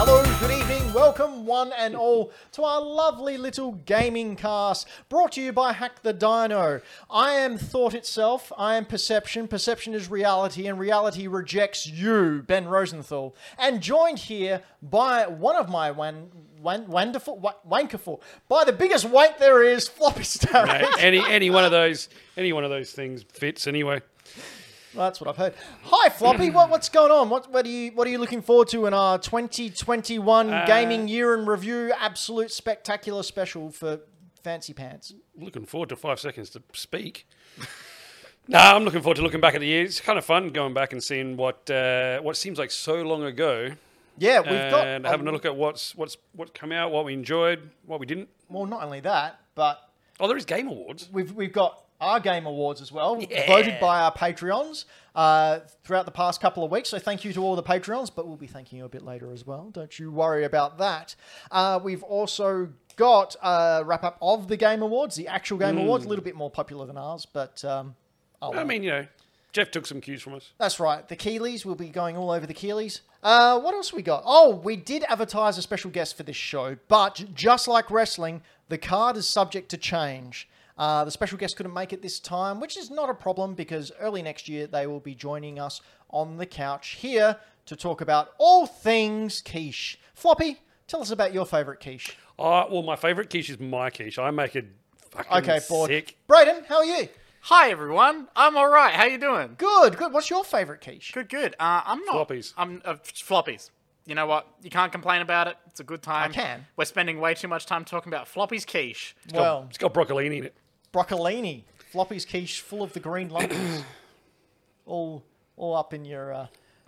Hello, good evening, welcome one and all to our lovely little gaming cast brought to you by Hack the Dino. I am thought itself, I am perception, perception is reality, and reality rejects you, Ben Rosenthal. And joined here by one of my wan- wan- wonderful, wa- wankerful, by the biggest wank there is, Floppy Starry. Uh, any any one of those any one of those things fits anyway. Well, that's what I've heard. Hi, Floppy. what, what's going on? What, what are you What are you looking forward to in our 2021 Uh, gaming year in review? Absolute spectacular special for fancy pants. Looking forward to five seconds to speak. no, I'm looking forward to looking back at the years. It's kind of fun going back and seeing what uh, what seems like so long ago, Yeah, we've got and having a look at what's what's what come out, what we enjoyed, what we didn't. Well, not only that, but Oh, there is game awards. we've we've got our game awards as well, voted by our Patreons uh, throughout the past couple of weeks. So thank you to all the Patreons, but we'll be thanking you a bit later as well. Don't you worry about that. Uh, we've also got a wrap up of the game awards, the actual game awards, a little bit more popular than ours, but. Um, oh, I well. mean, you know, Jeff took some cues from us. That's right. The Keeleys. We'll be going all over the Keeleys. Uh, what else we got? Oh, we did advertise a special guest for this show, but just like wrestling, the card is subject to change. Uh, the special guest couldn't make it this time, which is not a problem because early next year they will be joining us on the couch here to talk about all things quiche. Floppy, tell us about your favourite quiche. Oh, well, my favourite quiche is my quiche. I make it fucking Okay, bored. sick. Braden, how are you? Hi everyone, I'm all right. How you doing? Good, good. What's your favourite quiche? Good, good. Uh, I'm not. Floppies. I'm uh, floppies. You know what? You can't complain about it. It's a good time. I can. We're spending way too much time talking about floppies quiche. Well, It's got broccolini in it. broccolini, Floppy's quiche full of the green lumps, all all up in your uh,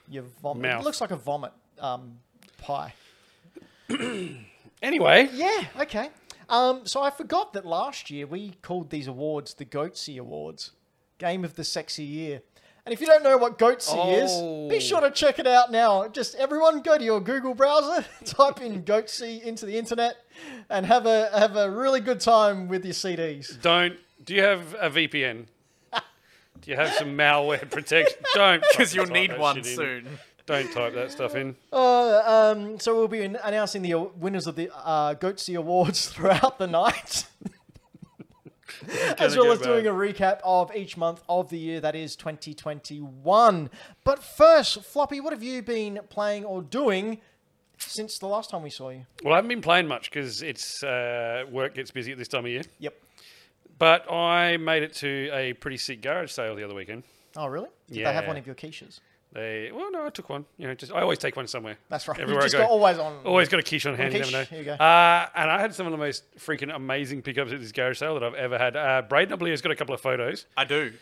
your vomit. It Mouth. looks like a vomit um, pie. Anyway, Yeah. Okay. Um, so I forgot that last year we called these awards the Goatsy Awards, Game of the Sexy Year. And if you don't know what Goatsy is, be Oh. sure to check it out now. Just everyone go to your Google browser, type in Goatsy into the internet, and have a have a really good time with your CDs. don't. Do you have a VPN? Do you have some malware protection? Don't, Because fucking you'll type need that one shit in. soon. Don't type that stuff in. Uh, um, so we'll be an- announcing the uh, winners of the uh, Goatsy Awards throughout the night, as Gonna well go as doing a back. recap of each month of the year that is 2021. But first, Floppy, what have you been playing or doing since the last time we saw you? Well, I haven't been playing much because it's uh, work gets busy at this time of year. Yep. But I made it to a pretty sick garage sale the other weekend. Oh, really? Did They have Yeah. one of your quiches. They well, no, I took one. You know, just I always take one somewhere. That's right. Everywhere you just I go. got always on. Always got a quiche on hand. quiche. You never know. Here you go. Uh, and I had some of the most freaking amazing pickups at this garage sale that I've ever had. Uh, Braden, I believe, has got a couple of photos. I do.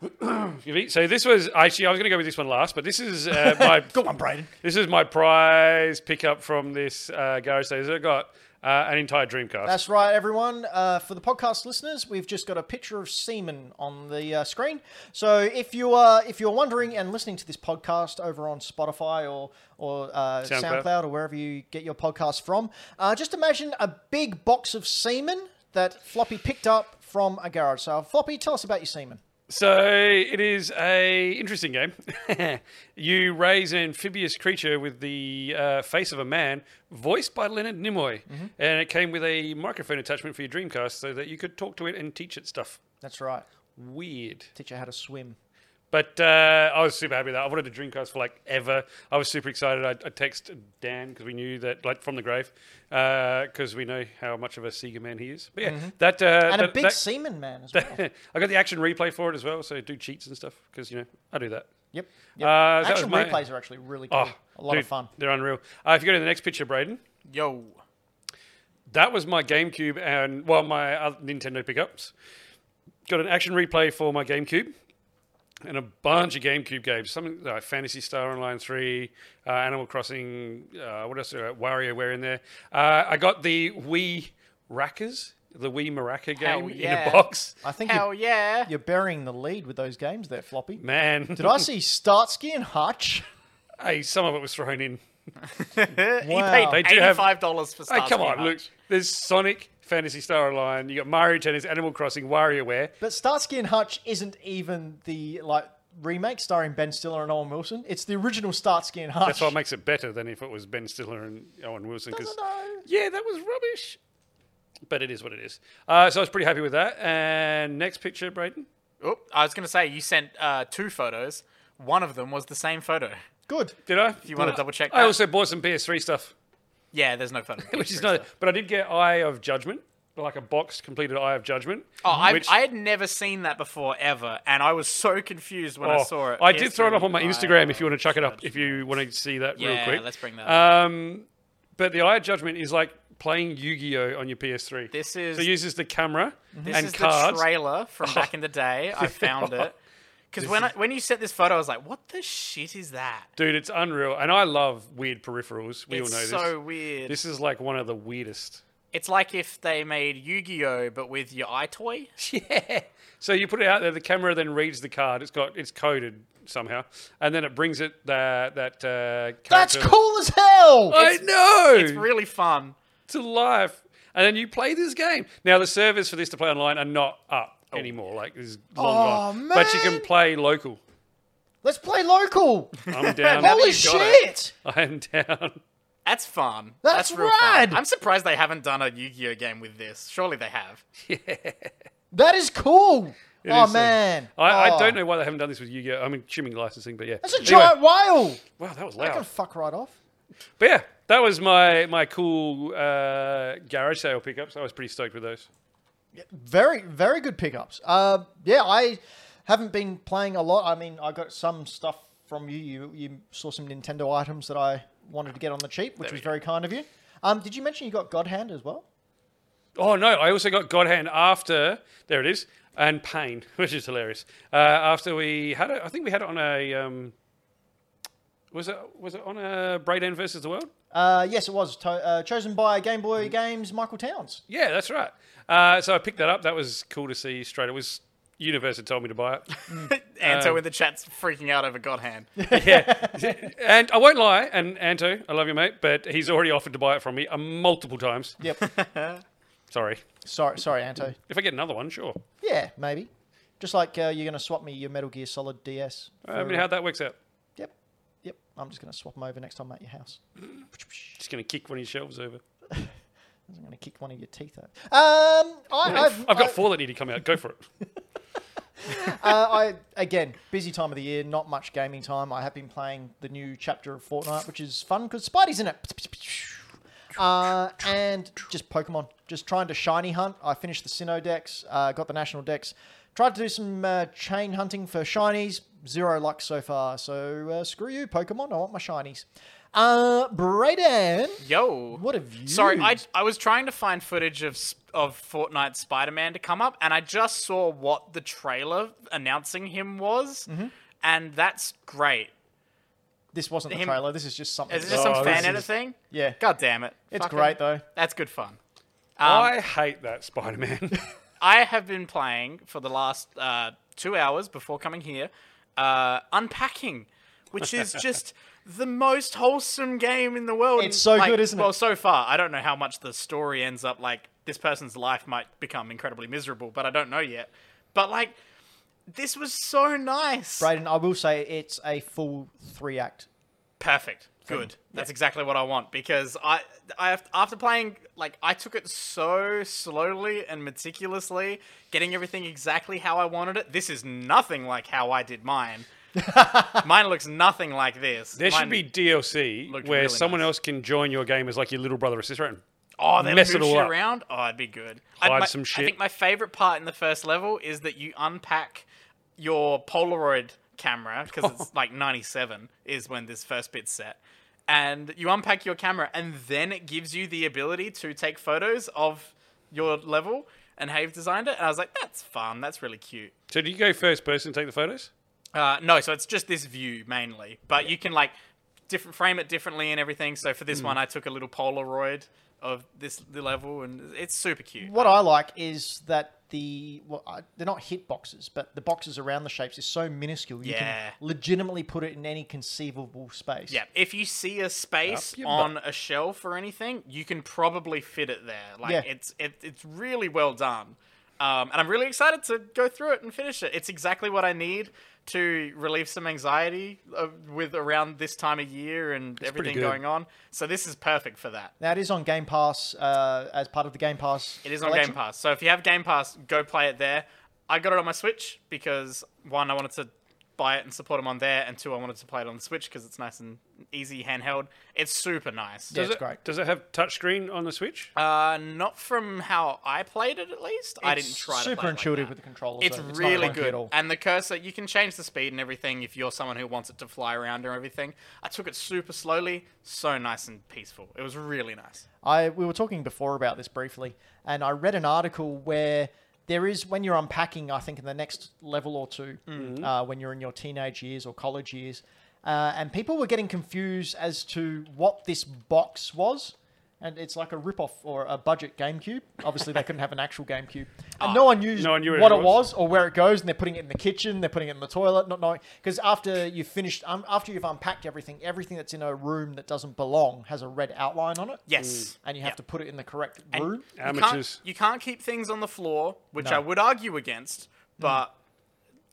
If you- So this was actually I was going to go with this one last, but this is uh, my Go on, Braden. This is my prize pickup from this uh, garage sale. So I got uh, an entire Dreamcast. That's right, everyone. Uh, for the podcast listeners, we've just got a picture of semen on the uh, screen. So if you are if you're wondering and listening to this podcast over on Spotify or or uh, SoundCloud. SoundCloud. or wherever you get your podcast from, uh, just imagine a big box of semen that Floppy picked up from a garage sale. Floppy, tell us about your semen. So it is a interesting game. you raise an amphibious creature with the uh, face of a man, voiced by Leonard Nimoy, Mm-hmm. and it came with a microphone attachment for your Dreamcast, so that you could talk to it and teach it stuff. That's right. Weird, Teach you how to swim. but uh, I was super happy with that I wanted a Dreamcast for like ever. I was super excited. I, I texted Dan because we knew that, like from the grave, because we know how much of a Sega man he is. But yeah, that uh, Mm-hmm. And a that- big that- semen man as well. I got the action replay for it as well, so do cheats and stuff because you know I do that. yep. Uh, yep. so that Action was my- replays are actually really cool. Oh, a lot dude, of fun. They're unreal. Uh, if you go to the next picture, Braden, Yo. that was my GameCube and well, my other Nintendo pickups. Got an action replay for my GameCube and a bunch of GameCube games. Something like Fantasy Star Online Three, uh, Animal Crossing. Uh, what else? Uh, WarioWare in there. Uh, I got the Wii Rackers, the Wii Maraca Hell game in yeah. a box. I think Hell you're, yeah. you're burying the lead with those games there, Floppy. Man, Did I see Startsky and Hutch? hey, some of it was thrown in. he Wow. paid They do have- eighty-five dollars for. Hey, come Starsky on, Hutch. Luke. There's Sonic, Fantasy Star Online. You got Mario Tennis, Animal Crossing, WarioWare. But Starsky and Hutch isn't even the like remake starring Ben Stiller and Owen Wilson. It's the original Starsky and Hutch. That's what makes it better than if it was Ben Stiller and Owen Wilson. Because No. yeah, that was rubbish. But it is what it is. Uh, so I was pretty happy with that. And next picture, Braden. Oh, I was going to say you sent uh, two photos. One of them was the same photo. Good. Did I? you wanna double check I that. also bought some PS3 stuff, Yeah, there's no photo. which is not. But I did get Eye of Judgment, like a boxed completed Eye of Judgment. Oh, I, which- I had never seen that before ever, and I was so confused when I Oh, saw it. I did throw it yesterday. up on my I- Instagram if you want to chuck it up, if you want to see that real Yeah, quick. let's bring that Um, but the Eye of Judgment is like playing Yu Gi Oh! on your PS3. This is- So it uses the camera This and is cards. the trailer from back in the day. I found it because when I, when you sent this photo, I was like, "What the shit is that?" Dude, it's unreal. And I love weird peripherals. We all know this. It's so weird. This is like one of the weirdest. It's like if they made Yu-Gi-Oh, but with your eye toy. Yeah. So you put it out there. The camera then reads the card. It's got it's coded somehow, and then it brings it that that. Uh, That's character- cool as hell. I know. It's really fun. to life, and then you play this game. Now the servers for this to play online are not up anymore. Like this is long Oh, gone. But you can man. play local. Let's play local. I'm down. Now that Holy you've got shit. I'm down. That's fun. That's real fun. rad. I'm surprised they haven't done a Yu-Gi-Oh game with this. Surely they have. That is cool. It oh is, uh, man. I, Oh. I don't know why they haven't done this with Yu-Gi-Oh. I'm assuming licensing, but yeah. That's a Anyway, Oh. giant whale. wow, that was I can loud. fuck right off. But yeah, that was my my cool uh, garage sale pickups. I was pretty stoked with those. Very, very good pickups. Uh, yeah, I haven't been playing a lot. I mean, I got some stuff from you. You, you saw some Nintendo items that I wanted to get on the cheap, which was very kind of you. Um, did you mention you got God Hand as well? Oh no! I also got God Hand after there it is, and Pain, which is hilarious. Uh, after we had it, I think we had it on a um, was it was it on a Brayden versus the World? Uh, yes, it was to- uh, chosen by Game Boy Mm-hmm. Games Michael Towns. Yeah, that's right. Uh, so I picked that up. That was cool to see straight. It was Universe had told me to buy it. Anto Uh, in the chat's freaking out over God Hand. yeah, and I won't lie. And Anto, I love you, mate, but he's already offered to buy it from me uh, multiple times. Yep. Sorry. sorry, sorry, Anto. If I get another one, sure. Yeah, maybe. Just like uh, you're going to swap me your Metal Gear Solid DS. Uh, I mean, for- how that works out. Yep. Yep. I'm just going to swap them over next time I'm at your house. Just gonna kick one of your shelves over. I'm going to kick one of your teeth out. Um, I, I've, I've got four that need to come out. Go for it. uh, I again busy time of the year, not much gaming time. I have been playing the new chapter of Fortnite, which is fun because Spidey's in it. Uh, and just Pokemon, just trying to shiny hunt. I finished the Sinnoh decks, uh, got the national decks, tried to do some uh, chain hunting for shinies. Zero luck so far. So uh, screw you, Pokemon. I want my shinies. Uh, Brayden, Yo. what have you? Sorry, I, I was trying to find footage of Sp- of Fortnite Spider-Man to come up, and I just saw what the trailer announcing him was, Mm-hmm. and that's great. This wasn't the him- trailer. This is just something. Is it just Oh, some this fan is- edit thing? yeah, God damn it! it's Fucking- great though. That's good fun. Um, I hate that Spider Man. I have been playing for the last uh, two hours before coming here, uh, unpacking, which is just the most wholesome game in the world. It's so Like, good, isn't it? Well, so far, I don't know how much the story ends up like. This person's life might become incredibly miserable, but I don't know yet. But like, this was so nice. Brayden, I will say it's a full three act Perfect. Good. That's exactly what I want because I, I have- after playing like I took it so slowly and meticulously, getting everything exactly how I wanted it. This is nothing like how I did mine. mine looks nothing like this. There Mine- should be DLC looked where really someone nice. else can join your game as like your little brother or sister and oh they mess it move all shit up. around. Oh, it'd be good. I'd- Hide my- some I shit. think my favorite part in the first level is that you unpack your Polaroid camera because it's like 97 is when this first bit's set. And you unpack your camera, and then it gives you the ability to take photos of your level and how you've designed it. And I was like, that's fun. That's really cute. So do you go first person and take the photos? Uh, no, so it's just this view mainly, but you can like different frame it differently and everything. So for this Hmm. one, I took a little Polaroid of this the level, and it's super cute. What I like is that the well, I- they're not hit boxes, but the boxes around the shapes is so minuscule you Yeah. can legitimately put it in any conceivable space. Yeah, if you see a space Up your on a shelf or anything, you can probably fit it there. Like Yeah. it's it, it's really well done, um, and I'm really excited to go through it and finish it. It's exactly what I need to relieve some anxiety uh, with around this time of year and pretty everything good. going on. So this is perfect for that. Now it is on Game Pass uh, as part of the Game Pass. It is on collection. Game Pass. So if you have Game Pass, go play it there. I got it on my Switch because one, I wanted to buy it and support them on there, and two, I wanted to play it on the Switch because it's nice and easy handheld. It's super nice. Yeah, Does it's it- great. Does it have touchscreen on the Switch? Uh, not from how I played it, at least. I It's didn't try. to Super play it like intuitive that. with the controllers. It's though. not really clunky good, At all. and the cursor you can change the speed and everything if you're someone who wants it to fly around or everything. I took it super slowly, so nice and peaceful. It was really nice. I we were talking before about this briefly, and I read an article where there is when you're unpacking, I think in the next level or 2 Mm-hmm. uh, when you're in your teenage years or college years, uh, and people were getting confused as to what this box was. And it's like a rip-off or a budget GameCube. Obviously, they couldn't have an actual GameCube, and no one knew, Ah, No one knew what, what it it was or where it goes. And they're putting it in the kitchen, they're putting it in the toilet, not knowing because after you've finished, um, after you've unpacked everything, everything that's in a room that doesn't belong has a red outline on it Yes, Mm. and you have Yeah. to put it in the correct And room. you can't- Amateurs. You can't, keep things on the floor, which No. I would argue against, but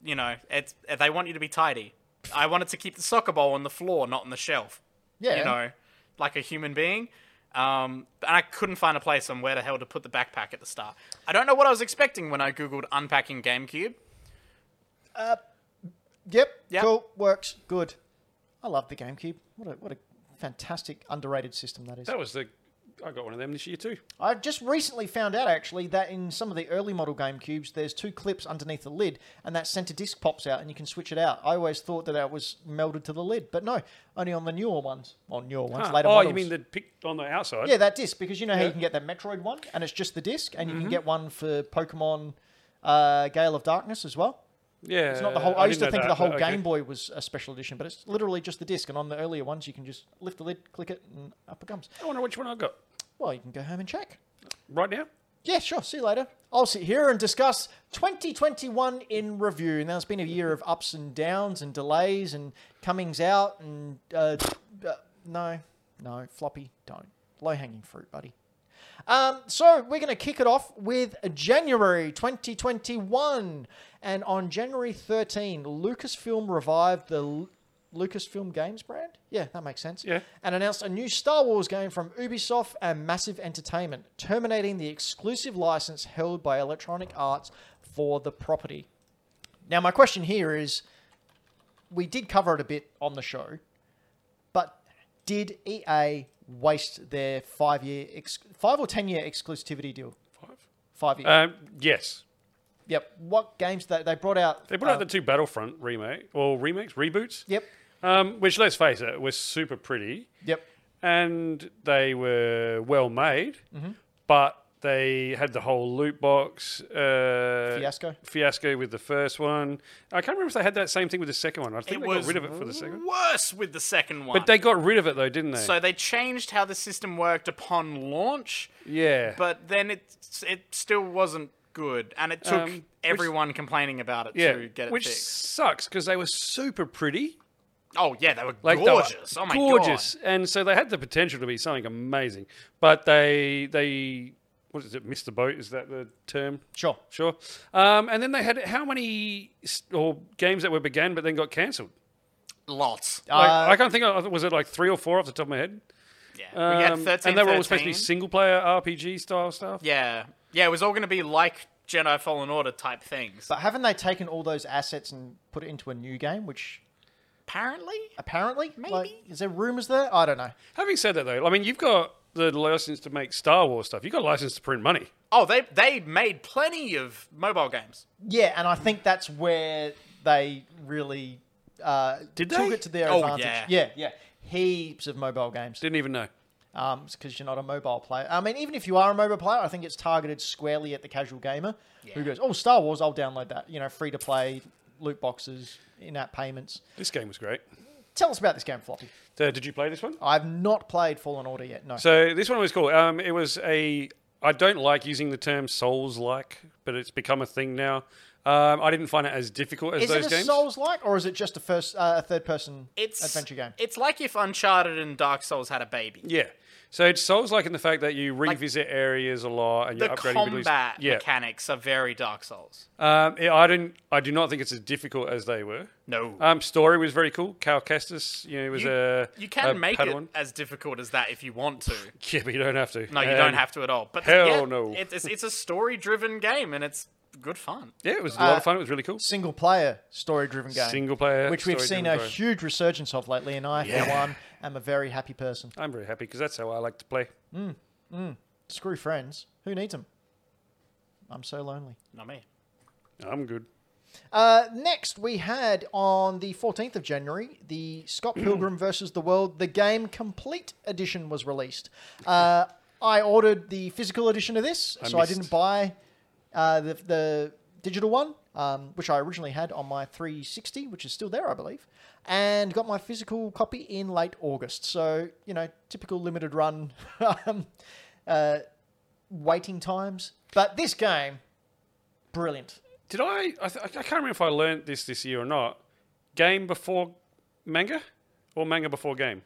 you know, it's they want you to be tidy. I wanted to keep the soccer ball on the floor, not on the shelf. Yeah. You know, like a human being. Um, and I couldn't find a place on where the hell to put the backpack at the start. I don't know what I was expecting when I googled unpacking GameCube. Yep. Yep. Cool. Works. Good. I love the GameCube. What a what a fantastic underrated system that is. That was the. I got one of them this year too. I just recently found out actually that in some of the early model GameCubes, there's two clips underneath the lid, and that center disc pops out, and you can switch it out. I always thought that that was melded to the lid, but no, only on the newer ones. On newer ones, Ah, later oh, models. you mean the pic on the outside? yeah, that disc because you know how you Yeah. Mm-hmm. can get that Metroid one, and it's just the disc, and you can get one for Pokemon uh, Gale of Darkness as well. yeah. It's not the whole. I, Uh, didn't used to know think that, the whole but okay. Game Boy was a special edition, but it's literally just the disc. And on the earlier ones, you can just lift the lid, click it, and up it comes. I wonder which one I got Well, you can go home and check. right now. Yeah, sure. See you later. I'll sit here and discuss 2021 in review. Now it's been a year of ups and downs and delays and comings out and uh, uh, no, no, floppy, don't low hanging fruit, buddy. Um, so we're going to kick it off with January 2021, and on January 13, Lucasfilm revived the L- Lucasfilm Games brand. Yeah, that makes sense Yeah. and announced a new Star Wars game from Ubisoft and Massive Entertainment, terminating the exclusive license held by Electronic Arts for the property. Now, my question here is we did cover it a bit on the show, but did EA waste their five year, ex- five or 10 year exclusivity deal? Five years. Um, yes, yep. What games that they brought out? uh, they put out the two Battlefront remake or remakes reboots. Yep. Um, which let's face it, were super pretty Yep. and they were well made, but they had the whole loot box uh, Fiasco. fiasco with the first one. I can't remember if they had that same thing with the second one. I think It they was got rid of it for the second. worse with the second one. But they got rid of it though, didn't they? so they changed how the system worked upon launch. yeah. but then it it still wasn't good, and it took Um, which- everyone complaining about it yeah, to get it which fixed. sucks because they were super pretty, Oh yeah, they were like they were gorgeous. oh my gorgeous, and so they had the potential to be something amazing. But they they what is it? Missed the boat? Is that the term? Sure. Sure. Um, and then they had how many s- or games that were began but then got cancelled? god, lots. Like, Uh, I can't think. of Was it like three or four off the top of my head? Yeah, we had Um, thirteen. and they were all supposed to be 13. single player RPG style stuff. Yeah, yeah, it was all going to be like Jedi Fallen Order type things. but haven't they taken all those assets and put it into a new game, which apparently, apparently. Like, Maybe. is there rumors there? I don't know. Having said that, though, I mean, you've got the license to make Star Wars stuff. You've got a license to print money. oh, they they made plenty of mobile games. Yeah, and I think that's where they really uh, Did took they? it to their Oh, advantage. yeah. yeah, yeah. Heaps of mobile games. Didn't even know. Um, because you're not a mobile player. I mean, even if you are a mobile player, I think it's targeted squarely at the casual gamer who Yeah. goes, "Oh, Star Wars, I'll download that." You know, free to play, loot boxes, in-app payments. This game was great. Tell us about this game, Floppy. So, did you play this one? I've not played Fallen Order yet. No. So this one was cool. Um, it was a I don't like using the term Souls like, but it's become a thing now. Um, I didn't find it as difficult as Is those it a games. Souls like, or is it just a first, uh, a third person It's adventure game? It's like if Uncharted and Dark Souls had a baby. yeah. So it's Souls like in the fact that you revisit areas a lot and The you're upgrading abilities. combat Yeah. mechanics are very Dark Souls. Um, yeah, I didn't. I do not think it's as difficult as they were. No. Um, story was very cool. Cal Kestis, you know, he was you, a you can a make uh, Padawan. it as difficult as that if you want to. Yeah, but you don't have to. No, you Um, don't have to at all. But hell yeah, no. it- it's, it's a story-driven game, and it's good fun. Yeah, it was a lot of fun. It was really cool. Single player, story driven game. Single player, Which we've seen story-driven a game. huge resurgence of lately, and I, for one, am a very happy person. I'm very happy because that's how I like to play. Screw friends. Who needs them? I'm so lonely. Not me. I'm good. Uh, next, we had on the 14th of January, the Scott Pilgrim versus the World, the game complete edition was released. Uh, I ordered the physical edition of this, so I missed. didn't buy uh, the, the digital one, um, which I originally had on my 360, which is still there, I believe, and got my physical copy in late August. So, you know, typical limited run um, uh, waiting times. But this game, brilliant. Did I? I, th- I can't remember if I learned this this year or not. Game before manga, or manga before game.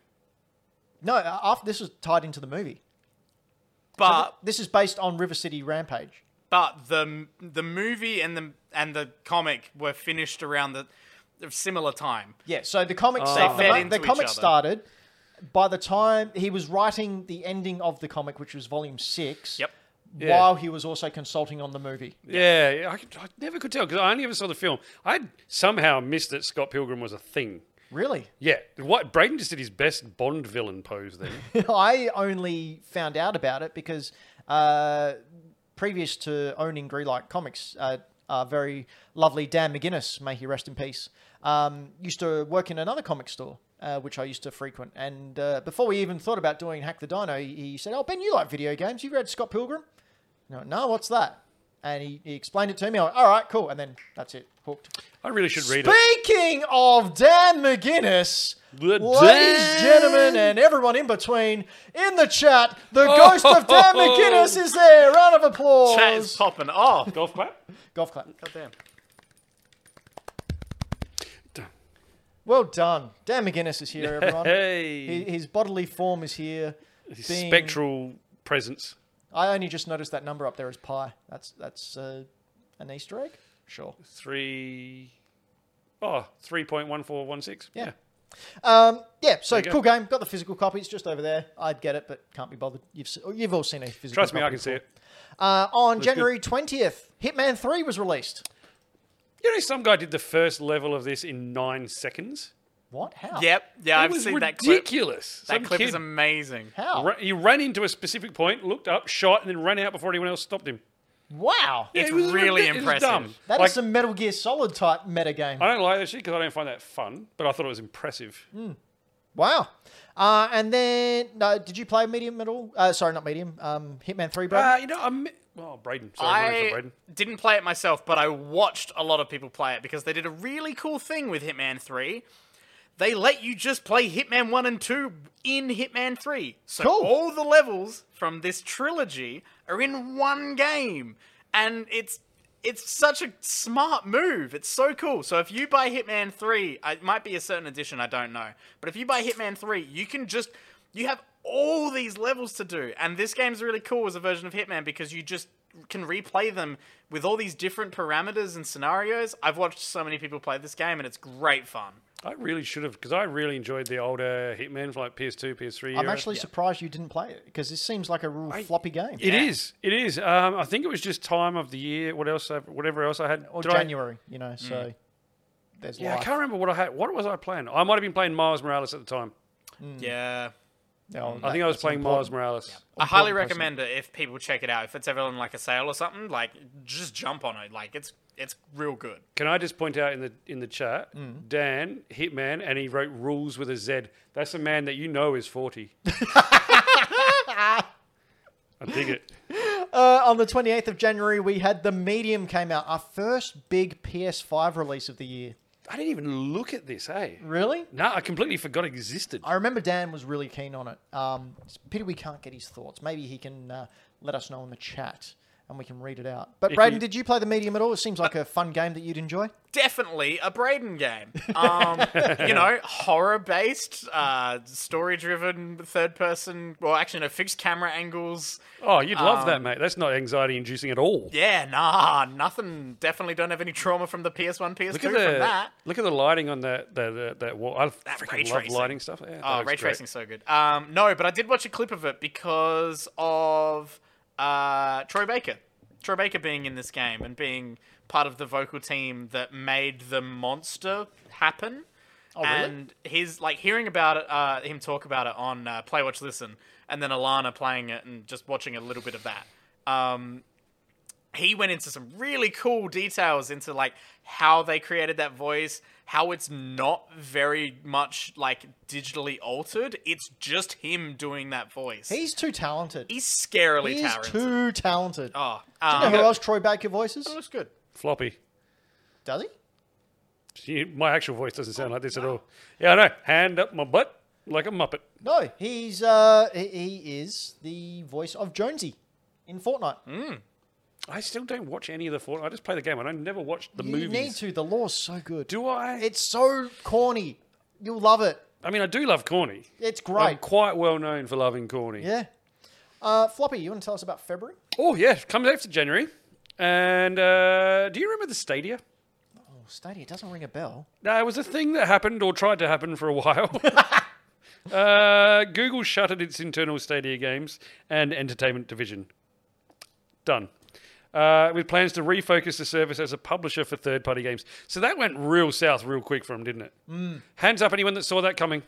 No, a- after this was tied into the movie. But This is based on River City Rampage. but the the movie and the and the comic were finished around the of similar time. Yeah, so the comic start, Oh. They fed the, into the comic each other. started by the time he was writing the ending of the comic, which was volume six. Yep. Yeah. While he was also consulting on the movie. Yeah, yeah, I, could- I never could tell because I only ever saw the film. I somehow missed that Scott Pilgrim was a thing. Really? Yeah, what Braden just did his best Bond villain pose then. I only found out about it because uh, previous to owning Grelight Comics, uh, our very lovely Dan McGuinness, may he rest in peace, um, used to work in another comic store, uh, which I used to frequent. And uh, before we even thought about doing Hack the Dino, he, he said, Oh, Ben, you like video games. You read Scott Pilgrim? And I went, no, what's that? And he, he explained it to me. I went, All right, cool. And then that's it. Hooked. I really should read it. Speaking of Dan McGuinness, The ladies, Dan- gentlemen, and everyone in between, in the chat, the Oh. ghost of Dan McGuinness is there. Round of applause. Chat is popping off. God Golf clap. Golf clap. damn. Well done. Dan McGuinness is here, everyone. Hey, Hi- His bodily form is here. his being- spectral presence. I only just noticed that number up there is pi. That's that's uh, an Easter egg. Sure. Three. Oh, 3.1416. Yeah. Yeah. Um, yeah. So you go. cool game. Got the physical copy. It's just over there. I'd get it, but can't be bothered. You've se- you've all seen a physical. Trust me, I copy can see before. it. Uh, on January 20th, Hitman 3 was released. You know, some guy did the first level of this in nine seconds. What? How? Yep. Yeah, it I've was seen that clip. ridiculous. That Some clip is kid amazing. How? ra- He ran into a specific point, looked up, shot, and then ran out before anyone else stopped him. Wow. Yeah, It's it was really ridic- it was impressive. dumb. That is Like, some Metal Gear Solid type metagame. I don't like that shit because I don't find that fun, but I thought it was impressive. wow. Uh, and then, no, did you play Medium at all? Uh, sorry, not Medium. Um, Hitman 3, bro? Uh, you know, I'm. Oh, Braden. Sorry, my name's not I Braden. didn't play it myself, but I watched a lot of people play it because they did a really cool thing with Hitman 3. They let you just play Hitman 1 and 2 in Hitman 3. So Cool. all the levels from this trilogy are in one game. And it's it's such a smart move. It's so cool. So if you buy Hitman 3, I- it might be a certain edition, I don't know. But if you buy Hitman 3, you can just you have all these levels to do. And this game's really cool as a version of Hitman because you just can replay them with all these different parameters and scenarios. I've watched so many people play this game and it's great fun. I really should have because I really enjoyed the older Hitman from like PS2, PS3. I'm era. actually surprised you didn't play it because this seems like a real floppy game. It Yeah. is. It is. Um, I think it was just time of the year. What else? I- Whatever else I had. or Did I- January, you know, so there's Mm. yeah, I life. can't remember what I had. What was I playing? I might have been playing Miles Morales at the time. Mm. Yeah. No, I that- think I was that's playing important. Miles Morales. I highly important person. recommend it if people check it out. If it's ever on like a sale or something, like just jump on it. Like it's it's real good. Can I just point out in the in the chat, Mm. Dan Hitman, and he wrote rules with a Z. That's a man that you know is forty. I dig it. Uh, on the 28th of January, we had The Medium came out, our first big PS5 release of the year. I didn't even look at this, eh? Really? No, I completely forgot it existed. I remember Dan was really keen on it. Um, it's a pity we can't get his thoughts. Maybe he can uh, let us know in the chat and we can read it out. But If Braden, you- did you play the medium at all? It seems like a fun game that you'd enjoy. definitely a Braden game. Um, you know, horror based, uh, story driven, third person, well, actually, no, fixed camera angles. Oh, you'd love that, mate. That's not anxiety inducing at all. um, Yeah, nah, nothing. Definitely don't have any trauma from the PS1, PS2 Look at from the that. look at the lighting on that that that, that wall. I ray freaking love tracing. lighting stuff. Yeah, that Oh, looks ray great. tracing's so good. Um, no, but I did watch a clip of it because of uh, Troy Baker. Troy Baker being in this game and being part of the vocal team that made the monster happen. Oh, really? And he's like hearing about it, uh, him talk about it on uh, Play Watch Listen, and then Alana playing it and just watching a little bit of that. Um, he went into some really cool details into like how they created that voice, how it's not very much like digitally altered. It's just him doing that voice. He's too talented. He's scarily He's talented. too talented. oh, you know who um, else Troy Baker voices? looks good. Floppy. Does he? You- my actual voice doesn't sound like this at all. Yeah, I know. Hand up my butt like a muppet. No, he's uh, he- he is the voice of Jonesy in Fortnite. Hmm. I still don't watch any of the Fortnite. I just play the game. and I never watched the you movies. need to. The lore's so good. Do I? It's so corny. You'll love it. I mean, I do love corny. It's I'm great. quite well known for loving corny. yeah. Uh, Floppy, you want to tell us about February? Oh yeah, it comes after January. And uh, do you remember the Stadia? Oh, Stadia doesn't ring a bell. No, it was a thing that happened or tried to happen for a while. uh, Google shuttered its internal Stadia games and entertainment division. Done. Uh, with plans to refocus the service as a publisher for third party games. So that went real south real quick for them, didn't it? Mm. Hands up, anyone that saw that coming.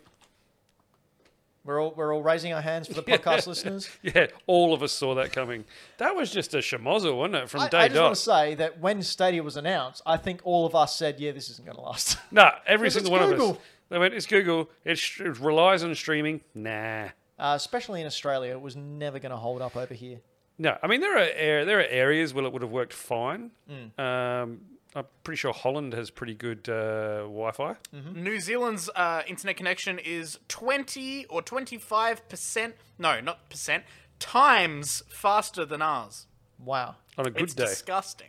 We're all we're all raising our hands for the podcast listeners. Yeah, all of us saw that coming. That was just a schmozzle, wasn't it? From I, day I just dot. want to say that when Stadia was announced, I think all of us said, "Yeah, this isn't going to last." Nah, every Because single it's one of us. Google. They went, it's Google. It, sh- it relies on streaming. Nah. uh, especially in Australia, it was never going to hold up over here. No, I mean there are ar- there are areas where it would have worked fine. Mm. Um, I'm pretty sure Holland has pretty good uh, Wi-Fi. Mm. Hmm? New Zealand's uh, internet connection is 20 or 25%, no, not percent, times faster than ours. Wow. on a good It's day. disgusting.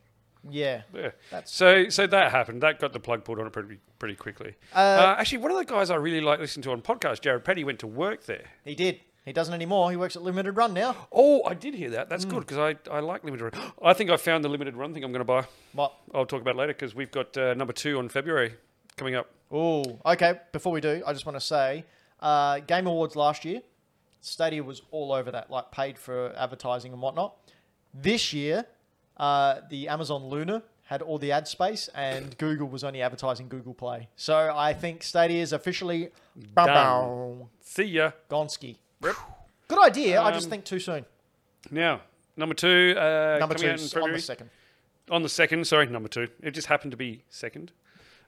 Yeah. Yeah. That's- So so that happened. That got the plug pulled on it pretty pretty quickly. Uh, actually, one of the guys I really like listening to on podcast, Jared Petty, went to work there. He did. He doesn't anymore. He works at Limited Run now. Oh, I did hear that. That's Mm. good 'cause good because I, I like limited run. I think I found the limited run thing I'm going to buy. What? I'll talk about it later because we've got uh, number two on February coming up. Oh, okay. Before we do, I just want to say, uh, Game Awards last year, Stadia was all over that, like paid for advertising and whatnot. This year, uh, the Amazon Luna had all the ad space, and Google was only advertising Google Play. So I think Stadia is officially Done. See ya. Gonski. Rip. Good idea. I just think too soon. Now number two. Um, Uh, Number two coming out in is on February. the second. on the second, sorry, number two. It just happened to be second.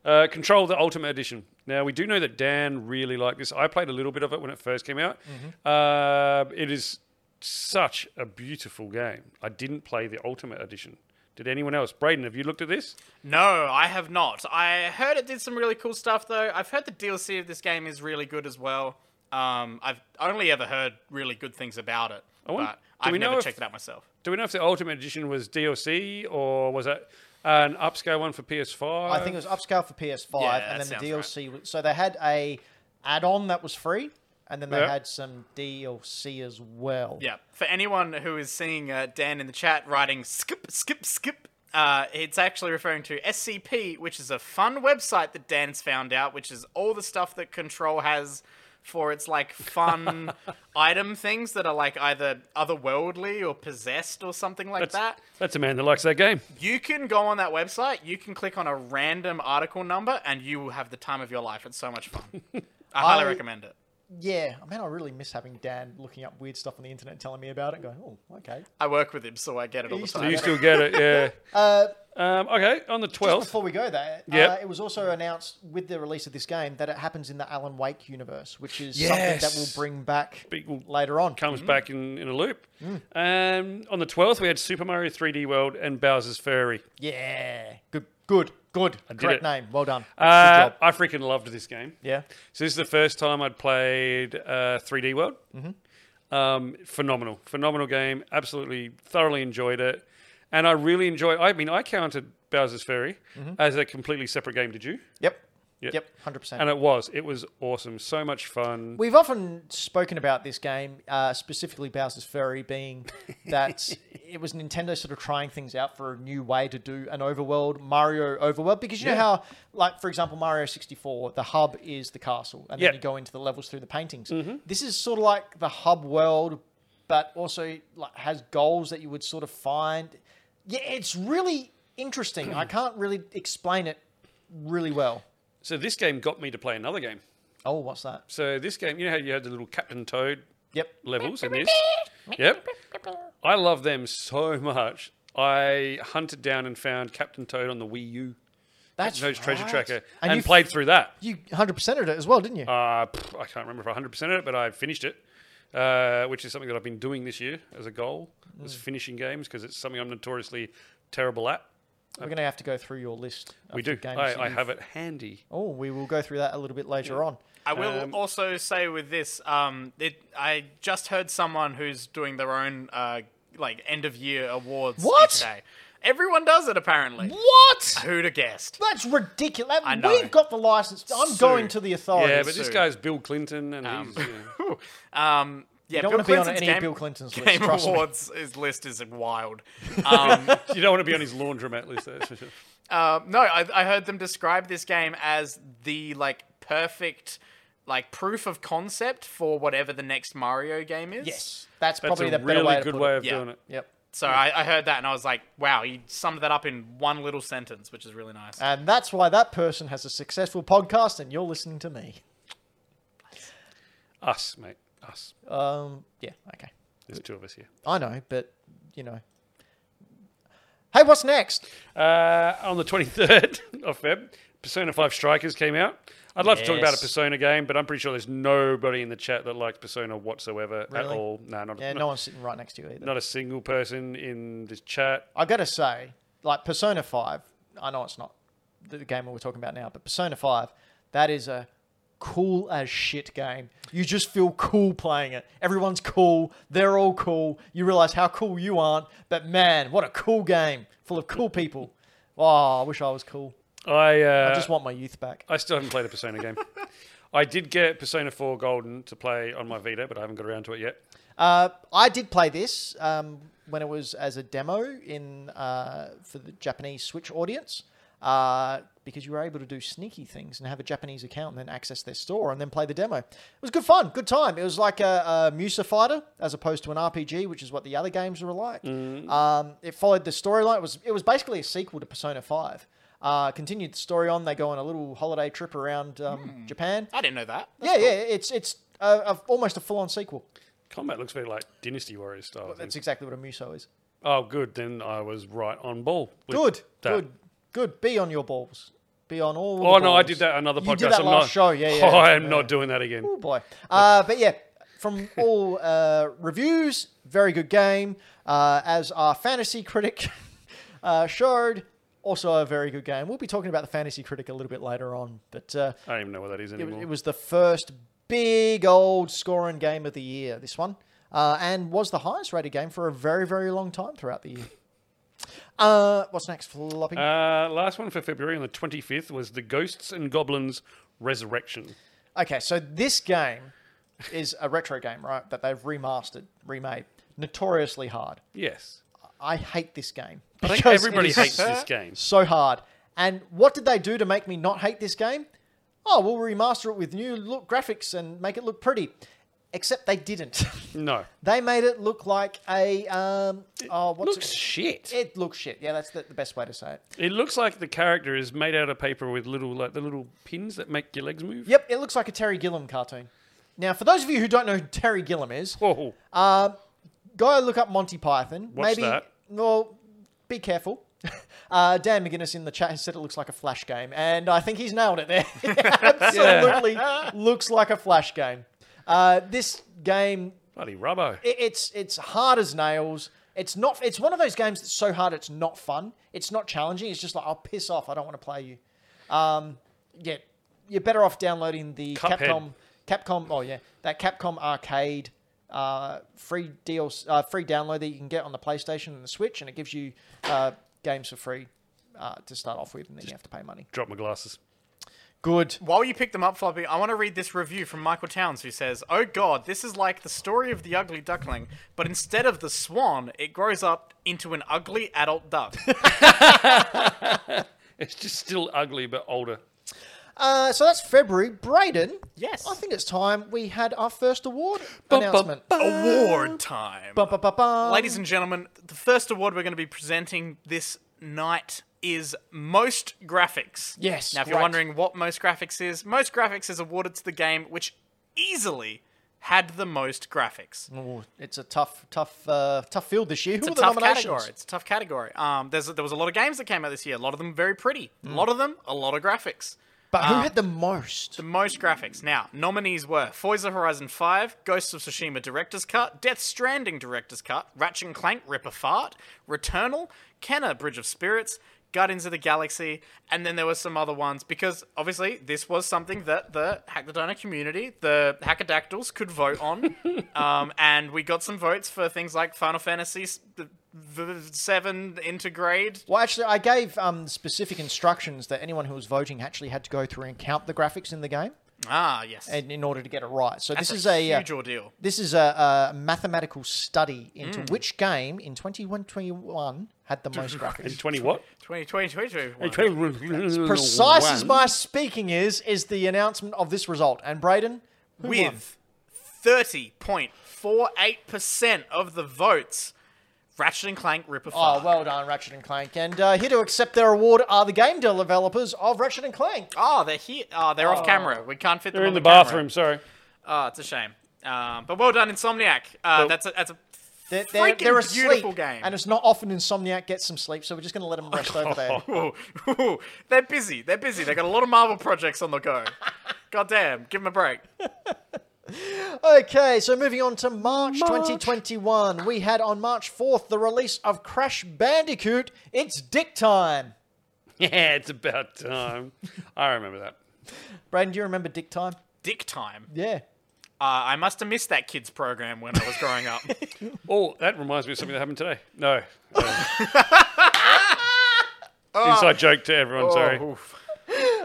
Uh, Control the Ultimate Edition. Now we do know that Dan really liked this. I played a little bit of it when it first came out. Mm-hmm. Uh, it is such a beautiful game. I didn't play the Ultimate Edition. Did anyone else? Braden, have you looked at this? No, I have not. I heard it did some really cool stuff though. I've heard the DLC of this game is really good as well. Um, I've only ever heard really good things about it, wonder- but do I've we know never if- checked it out myself. Do we know if the Ultimate Edition was DLC or was it an upscale one for PS5? I think it was upscale for PS5, Yeah, that and then the sounds DLC. w- So they had a add-on that was free, and then they Yeah. had some DLC as well. Yeah. For anyone who is seeing uh, Dan in the chat writing skip, skip, skip, uh, it's actually referring to SCP, which is a fun website that Dan's found out, which is all the stuff that Control has for its like fun item things that are like either otherworldly or possessed or something like that. That's a man that likes that game. You can go on that website, you can click on a random article number, and you will have the time of your life. It's so much fun. I highly I- recommend it. yeah. I mean, I really miss having Dan looking up weird stuff on the internet, and telling me about it, going, "Oh, okay." I work with him, so I get it all the used to time. Do you still get it? Yeah. um, okay, on the Uh, Just 12th. before we go there, Yep. uh, it was also announced with the release of this game that it happens in the Alan Wake universe, which is something that Yes. will bring back Big- will later on. comes back in, in a loop. Mm. Um, on the 12th, we had Super Mario 3D World and Bowser's Fury. Yeah, good, good, good. did Great it. name. Well done. good Uh, job. I freaking loved this game. Yeah. So this is the first time I'd played uh, 3D World. Mm-hmm. Um, phenomenal, phenomenal game. Absolutely, thoroughly enjoyed it, and I really enjoy. I mean, I counted Bowser's Fury Mm-hmm. as a completely separate game. Did you? Yep. Yeah. Yep. Hundred percent. And it was. It was awesome. So much fun. We've often spoken about this game, uh, specifically Bowser's Fury, being that it was Nintendo sort of trying things out for a new way to do an overworld, Mario overworld. Because you know how, like, for example, Mario 64, the hub is the castle, and Yeah. Mm-hmm. then you go into the levels through the paintings. This is sort of like the hub world, but also like, has goals that you would sort of find. Yeah, it's really interesting. I can't really explain it really well. So this game got me to play another game. Oh, what's that? So this game, you know how you had the little Captain Toad Yep. levels in this? Yep. I love them so much. I hunted down and found Captain Toad on the Wii U. That's Toad's Treasure right. Tracker And and, you- played through that. You 100%ed it as well, didn't you? Uh, pff, I can't remember if I 100% of it, but I finished it, uh, which is something that I've been doing this year as a goal, was Mm. finishing games because it's something I'm notoriously terrible at. We're going to have to go through your list. of We the do. games that I, I you've- have it handy. Oh, we will go through that a little bit later on. I will Um, also say with this, um, it I just heard someone who's doing their own uh, like end of year awards. What? Each day. Everyone does it apparently. What? Who'd have guessed? That's ridiculous. That- know. We've got the license. I'm Sue. going to the authorities. Yeah, but this so- guy's Bill Clinton, and he's. yeah. Um, yeah, don't Bill wanna be on Clinton's any game, Bill Clinton's list, game trust me. awards his list is wild. Um, you don't want to be on his laundromat list, that's for sure. Um, no, I, I heard them describe this game as the like perfect like proof of concept for whatever the next Mario game is. yes, that's, That's probably a the better really way to good put way it. of Yeah. doing it. Yep. So I, I heard that and I was like, wow, you summed that up in one little sentence, which is really nice. And that's why that person has a successful podcast, and you're listening to me. Us, mate. Us. Um, yeah. Okay. There's two of us here. I know, but you know. Hey, what's next? Uh, on the 23rd of Feb, Persona 5 Strikers came out. I'd love to talk about a Yes. Persona game, but I'm pretty sure there's nobody in the chat that likes Persona whatsoever at Really? all. No, not, Yeah, not, no one's sitting right next to you either. not a single person in this chat. I gotta say, like Persona Five, I know it's not the game we're talking about now, but Persona Five, that is a cool as shit game. You just feel cool playing it. Everyone's cool. They're all cool. You realize how cool you aren't, but man, what a cool game full of cool people. Oh, I wish I was cool. I, uh, I just want my youth back. I still haven't played a Persona game. I did get Persona 4 Golden to play on my Vita, but I haven't got around to it yet. Uh, I did play this um, when it was as a demo in uh, for the Japanese Switch audience uh, because you were able to do sneaky things and have a Japanese account and then access their store and then play the demo. It was good fun, good time. It was like a, a Musa fighter as opposed to an RPG, which is what the other games were like. Um, it followed the storyline. It was it was basically a sequel to Persona Five. Uh, continued the story on. They go on a little holiday trip around um, Japan. I didn't know that. yeah, yeah. It's it's uh a, almost a full on sequel. Combat looks very like Dynasty Warriors style. I think. That's exactly what a Muso is. Oh, good. Then I was right on ball. with Good, that. good, good. Be on your balls. Be on all. Oh the no, I balls. did that another podcast. You did that I'm last not, show. Yeah, yeah. Oh, I am Yeah. not doing that again. Oh boy. Uh, but yeah, from all uh, reviews, very good game. Uh, as our fantasy critic uh, showed, also a very good game. We'll be talking about the fantasy critic a little bit later on, but uh, I don't even know what that is it, was- anymore. it was the first big old scoring game of the year. This one. Uh, and was the highest rated game for a very, very long time throughout the year. Uh, what's next, Floppy? uh, last one for February on the 25th was the Ghosts and Goblins Resurrection. Okay, so this game is a retro game, right? That they've remastered, remade. Notoriously hard. Yes, I hate this game. I think because everybody it is hates this game. So hard. And what did they do to make me not hate this game? Oh, we'll remaster it with new look graphics and make it look pretty. Except they didn't. No, they made it look like a um. Oh, what's looks it? shit. It, It looks shit. Yeah, that's the, the best way to say it. looks like the character is made out of paper with little like the little pins that make your legs move. Yep, it looks like a Terry Gilliam cartoon. Now, for those of you who don't know who Terry Gilliam is, Whoa. Uh, go look up Monty Python. What's Maybe that? well, be careful. Uh, Dan McGuinness in the chat has said it looks like a flash game, and I think he's nailed it there. It Absolutely looks like a flash game. Uh, this game, bloody rubbo. it, it's it's hard as nails. It's not. It's one of those games that's so hard it's not fun. It's not challenging. It's just like I'll piss off. I don't want to play you. Um, yeah, you're better off downloading the Cuphead. Capcom. Capcom. Oh yeah, that Capcom arcade uh, free deal, uh, free download that you can get on the PlayStation and the Switch, and it gives you uh, games for free uh, to start off with, and then you have to pay money. Drop my glasses. Good. While you pick them up, Floppy, I want to read this review from Michael Towns who says, Oh god, this is like the story of the ugly duckling, but instead of the swan, it grows up into an ugly adult duck. It's just still ugly but older. Uh, so that's February. Braden. Yes. I think it's time we had our first award announcement. Award time. Bum, bum, bum, bum. Ladies and gentlemen, the first award we're going to be presenting this night is Most Graphics. Yes, Now, if you're great. wondering what Most Graphics is, Most Graphics is awarded to the game which easily had the most graphics. Ooh, it's a tough, tough, uh, tough field this year. Who It's are a the tough nominations? category. It's a tough category. Um, there's there was a lot of games that came out this year. A lot of them very pretty. A lot of them, a lot of graphics. But who had the most? Um, The most graphics. Now, nominees were Forza Horizon 5, Ghosts of Tsushima Director's Cut, Death Stranding Director's Cut, Ratchet and Clank Ripper Fart, Returnal, Kenna Bridge of Spirits, Guardians of the Galaxy, and then there were some other ones because obviously this was something that the Hack the Dino community, the Hackadactyls, could vote on. um, and we got some votes for things like Final Fantasy s- the- the 7 Integrate, well, actually, I gave um, specific instructions that anyone who was voting actually had to go through and count the graphics in the game, Ah, yes. and in order to get it right. So That's this is a, uh, huge ordeal. this is a, a mathematical study Hmm. into which game in 2121 had the most graphics. In 20 what? 2020, 2021. Precise as One. my speaking is, is the announcement of this result. And Braden, who won? with 30.48% of the votes. Ratchet and Clank Ripper Oh, Fart. well done, Ratchet and Clank. And uh, here to accept their award are the game developers of Ratchet and Clank. Oh, they're here. Oh, they're off camera. We can't fit them They're on in the camera. bathroom, sorry. Oh, it's a shame. Um, but well done, Insomniac. Uh, that's a, that's a They're, they're, Freaking they're asleep, beautiful game. and it's not often Insomniac gets some sleep, so we're just going to let them rest over there. Ooh, ooh, they're busy. They're busy. They got a lot of Marvel projects on the go. God damn, give them a break. Okay, so moving on to March, 2021. We had on March 4th the release of Crash Bandicoot. It's Dick Time. Yeah, it's about time. I remember that. Braden, do you remember Dick Time? Dick time. Yeah. Uh, I must have missed that kids program when I was growing up. Oh, that reminds me of something that happened today. No. Uh, Um, Inside joke to everyone, sorry. Oh, oof.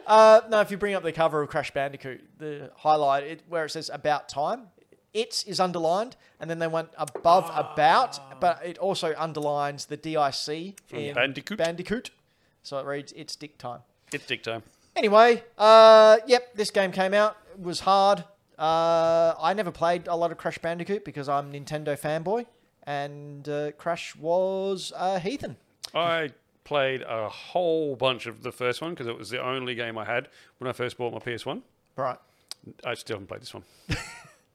Uh, no, if you bring up the cover of Crash Bandicoot, the highlight it, where it says "About Time," "It's" is underlined, and then they went above Ah. "About," but it also underlines the DIC in Bandicoot. Bandicoot, so it reads "It's Dick Time." It's dick time. Anyway, uh, yep, this game came out. It was hard. Uh, I never played a lot of Crash Bandicoot because I'm a Nintendo fanboy, and uh, Crash was a heathen. I played a whole bunch of the first one because it was the only game I had when I first bought my PS1. Right, I still haven't played this one.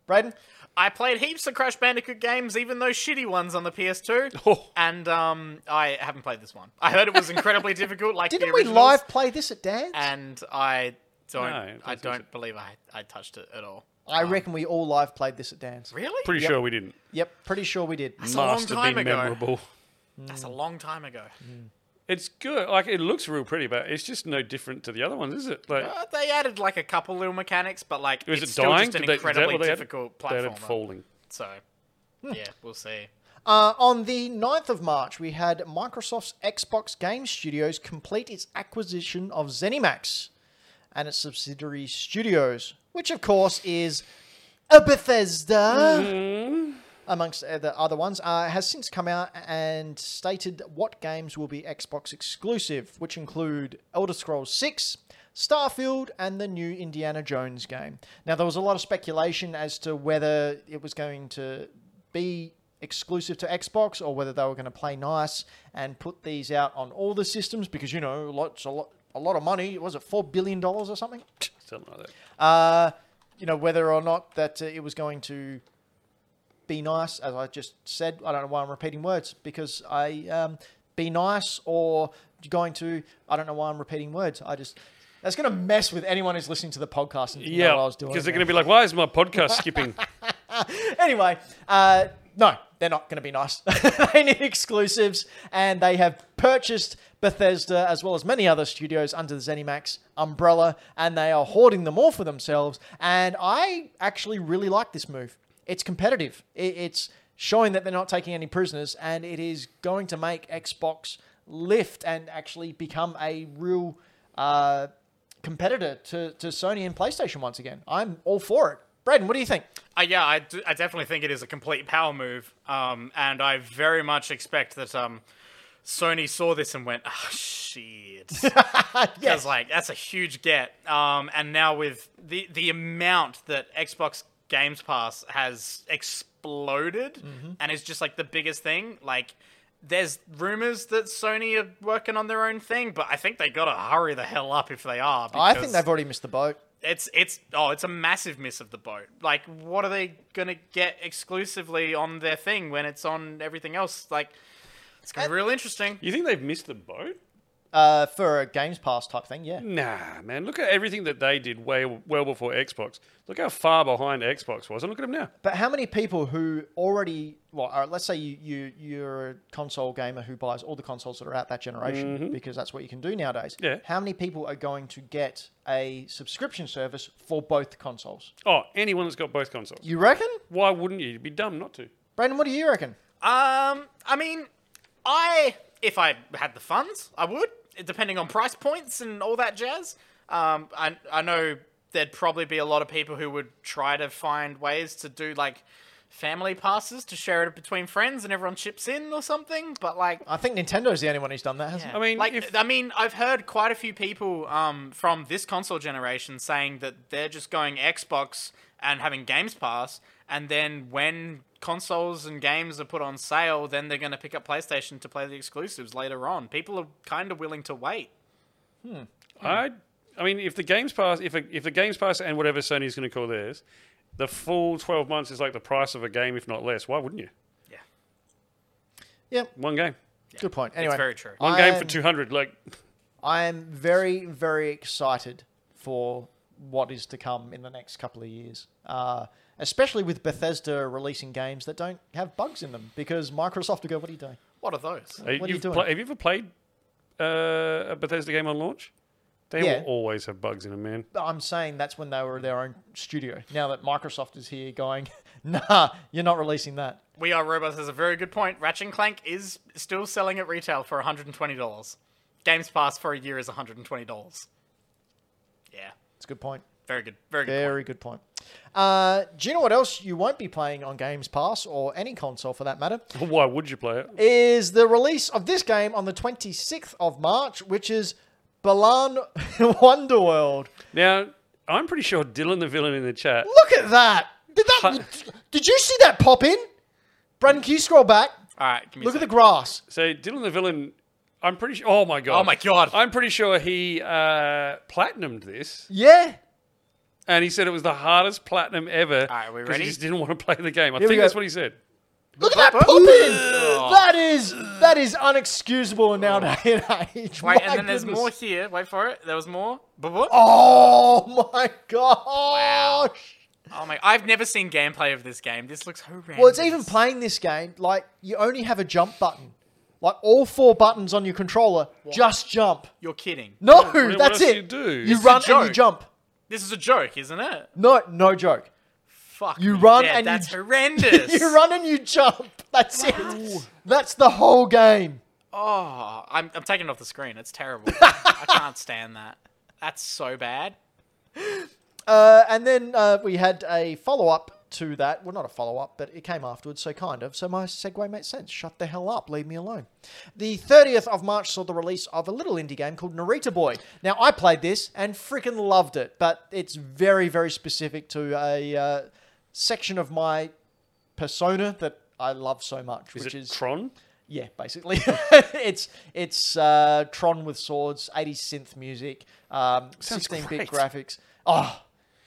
Braden. I played heaps of Crash Bandicoot games, even those shitty ones on the PS2. Oh. And um, I haven't played this one. I heard it was incredibly difficult. Like Didn't the we originals, Uh, live play this at Dan's? And I don't. No, I don't I think don't believe I I touched it at all. I reckon we all live played this at Dan's. Really? Pretty sure we didn't. Yep, pretty sure we did. That's a long Must have time been ago. memorable. That's a long time ago. It's good. Like it looks real pretty, but it's just no different to the other ones, is it? Like Uh, they added like a couple little mechanics, but like was it's it still dying? just an Did they- is that incredibly what they had? difficult They Hmm. had it platformer. falling. So yeah, we'll see. Uh, on the 9th of March, we had Microsoft's Xbox Game Studios complete its acquisition of ZeniMax and its subsidiary Studios, which of course is a Bethesda, amongst uh, the other ones, uh, has since come out and stated what games will be Xbox exclusive, which include Elder Scrolls 6, Starfield, and the new Indiana Jones game. Now, there was a lot of speculation as to whether it was going to be exclusive to Xbox or whether they were going to play nice and put these out on all the systems because, you know, lots, a, lot, a lot of money. Was it $4 billion or something? Something like that. Uh, you know, whether or not that uh, it was going to be nice, as I just said, I don't know why I'm repeating words because I um, be nice or going to, I don't know why I'm repeating words. I just, that's going to mess with anyone who's listening to the podcast and yeah, Yeah, know what I was doing. because they're there. going to be like, "Why is my podcast skipping?" anyway, uh, no, they're not going to be nice. they need exclusives, and they have purchased Bethesda as well as many other studios under the ZeniMax umbrella, and they are hoarding them all for themselves. And I actually really like this move. it's competitive. It, it's showing that they're not taking any prisoners, and it is going to make Xbox lift and actually become a real uh, competitor to, to Sony and PlayStation once again. I'm all for it. Braden, what do you think? Uh, yeah, I, d- I definitely think it is a complete power move, um, and I very much expect that um, Sony saw this and went, "Ah, shit." Because like that's a huge get. Um, and now with the the amount that Xbox Games Pass has exploded, Mm-hmm. and is just like the biggest thing. Like, there's rumors that Sony are working on their own thing, but I think they gotta hurry the hell up if they are. I think because- they've already missed the boat. it's it's oh it's a massive miss of the boat like what are they gonna get exclusively on their thing when it's on everything else like it's gonna be real interesting You think they've missed the boat? Uh, for a Games Pass type thing, yeah. Nah, man. Look at everything that they did way well before Xbox. Look how far behind Xbox was, and look at them now. But how many people who already, well, all right, let's say you, you, you're a console gamer who buys all the consoles that are out that generation because that's what you can do nowadays. Yeah. How many people are going to get a subscription service for both consoles? Oh, anyone that's got both consoles. You reckon? Why wouldn't you? You'd be dumb not to. Braden, what do you reckon? um i mean i if i had the funds i would depending on price points and all that jazz um i, I know there'd probably be a lot of people who would try to find ways to do like family passes to share it between friends and everyone chips in or something but like I think Nintendo's the only one who's done that, hasn't Yeah. I mean, like, if- I mean, I've heard quite a few people um, from this console generation saying that they're just going Xbox and having Games Pass, and then when consoles and games are put on sale, then they're going to pick up PlayStation to play the exclusives later on. People are kind of willing to wait. Hmm. I, I mean, if the Games Pass, if a, if the Games Pass and whatever Sony's going to call theirs, the full twelve months is like the price of a game, if not less. Why wouldn't you? Yeah, Yeah. One game, Good point. Anyway, very true. one I game am- for two hundred. Like, I am very, very excited for what is to come in the next couple of years, uh, especially with Bethesda releasing games that don't have bugs in them because Microsoft will go, "What are you doing?" what are those? have you doing? have you ever played uh, a Bethesda game on launch? They Yeah. will always have bugs in them, man. But I'm saying that's when they were their own studio. Now that Microsoft is here, going, "Nah, you're not releasing that." We Are Robots has a very good point. Ratchet and Clank is still selling at retail for $120. Games Pass for a year is $120. Yeah, It's a good point. very good. Very good. point. Very good point. Uh, do you know what else you won't be playing on Games Pass or any console for that matter? Why would you play it? is the release of this game on the 26th of March, which is Balan Wonderworld. Now, I'm pretty sure Dylan, the villain in the chat, Look at that! Did that? did you see that pop in? Brandon, can you scroll back? All right, give me a Look at sec. the grass. So Dylan the villain, I'm pretty sure. Oh my god! Oh my God. I'm pretty sure he uh, platinumed this, Yeah. and he said it was the hardest platinum ever. right, we 'cause ready? He just didn't want to play the game. I we think go. that's what he said. Look at that pop in. That is that is unexcusable in our day and age. Wait, My and then there's goodness. more here. Wait for it. There was more. But what? Oh. Oh my gosh! Oh my! I've never seen gameplay of this game. This looks horrendous. Well, it's even playing this game like you only have a jump button. Like all four buttons on your controller just jump. You're kidding. No, what that's else do it. you do? You It's a run and you joke. jump. This is a joke, isn't it? No, no joke. Fuck. You me. run yeah, and you that's j- horrendous. You run and you jump. That's it. That's the whole game. Oh, I'm I'm taking it off the screen. It's terrible. I can't stand that. That's so bad. Uh, and then uh, we had a follow up to that. Well, not a follow up, but it came afterwards, so kind of. So my segue makes sense. Shut the hell up. Leave me alone. The 30th of March saw the release of a little indie game called Narita Boy. Now, I played this and freaking loved it, but it's very, very specific to a uh, section of my persona that I love so much, Is which it is Tron? yeah, basically, it's it's uh, Tron with swords, 80s synth music, um, Sounds 16-bit great. graphics. Oh,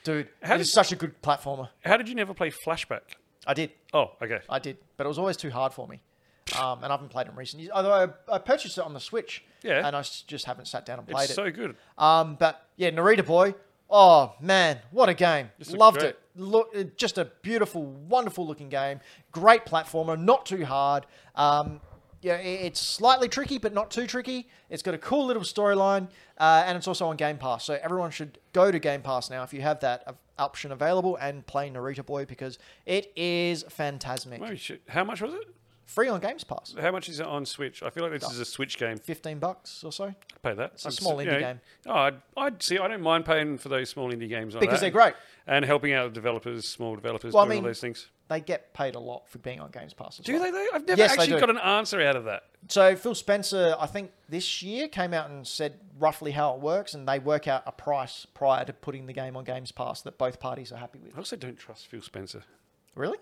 dude, How it's did- such a good platformer. How did you never play Flashback? I did, Oh, okay. I did, but it was always too hard for me, um, and I haven't played it in recent years. Although I, I purchased it on the Switch, Yeah. and I s- just haven't sat down and played It's it. so good. Um, but yeah, Narita Boy. Oh man, what a game! looks Loved great. it. Look, uh, just a beautiful, wonderful looking game. Great platformer, not too hard. Um, yeah, i- it's slightly tricky, but not too tricky. It's got a cool little storyline, uh, and it's also on Game Pass. So everyone should go to Game Pass now if you have that uh, option available and play Narita Boy because it is phantasmic. Maybe shit. How much was it? Free on Games Pass, How much is it on Switch? I feel like this is a Switch game. fifteen bucks or so. Pay that. It's a small indie game. Oh, I'd, I'd see. I don't mind paying for those small indie games like Because that. they're great. and helping out developers, small developers, Well, I doing mean, all those things. They get paid a lot for being on Games Pass. As Do well. they? Though? I've never Yes, they actually do. got an answer out of that. So Phil Spencer, I think this year came out and said roughly how it works, and they work out a price prior to putting the game on Games Pass that both parties are happy with. I also don't trust Phil Spencer. Really?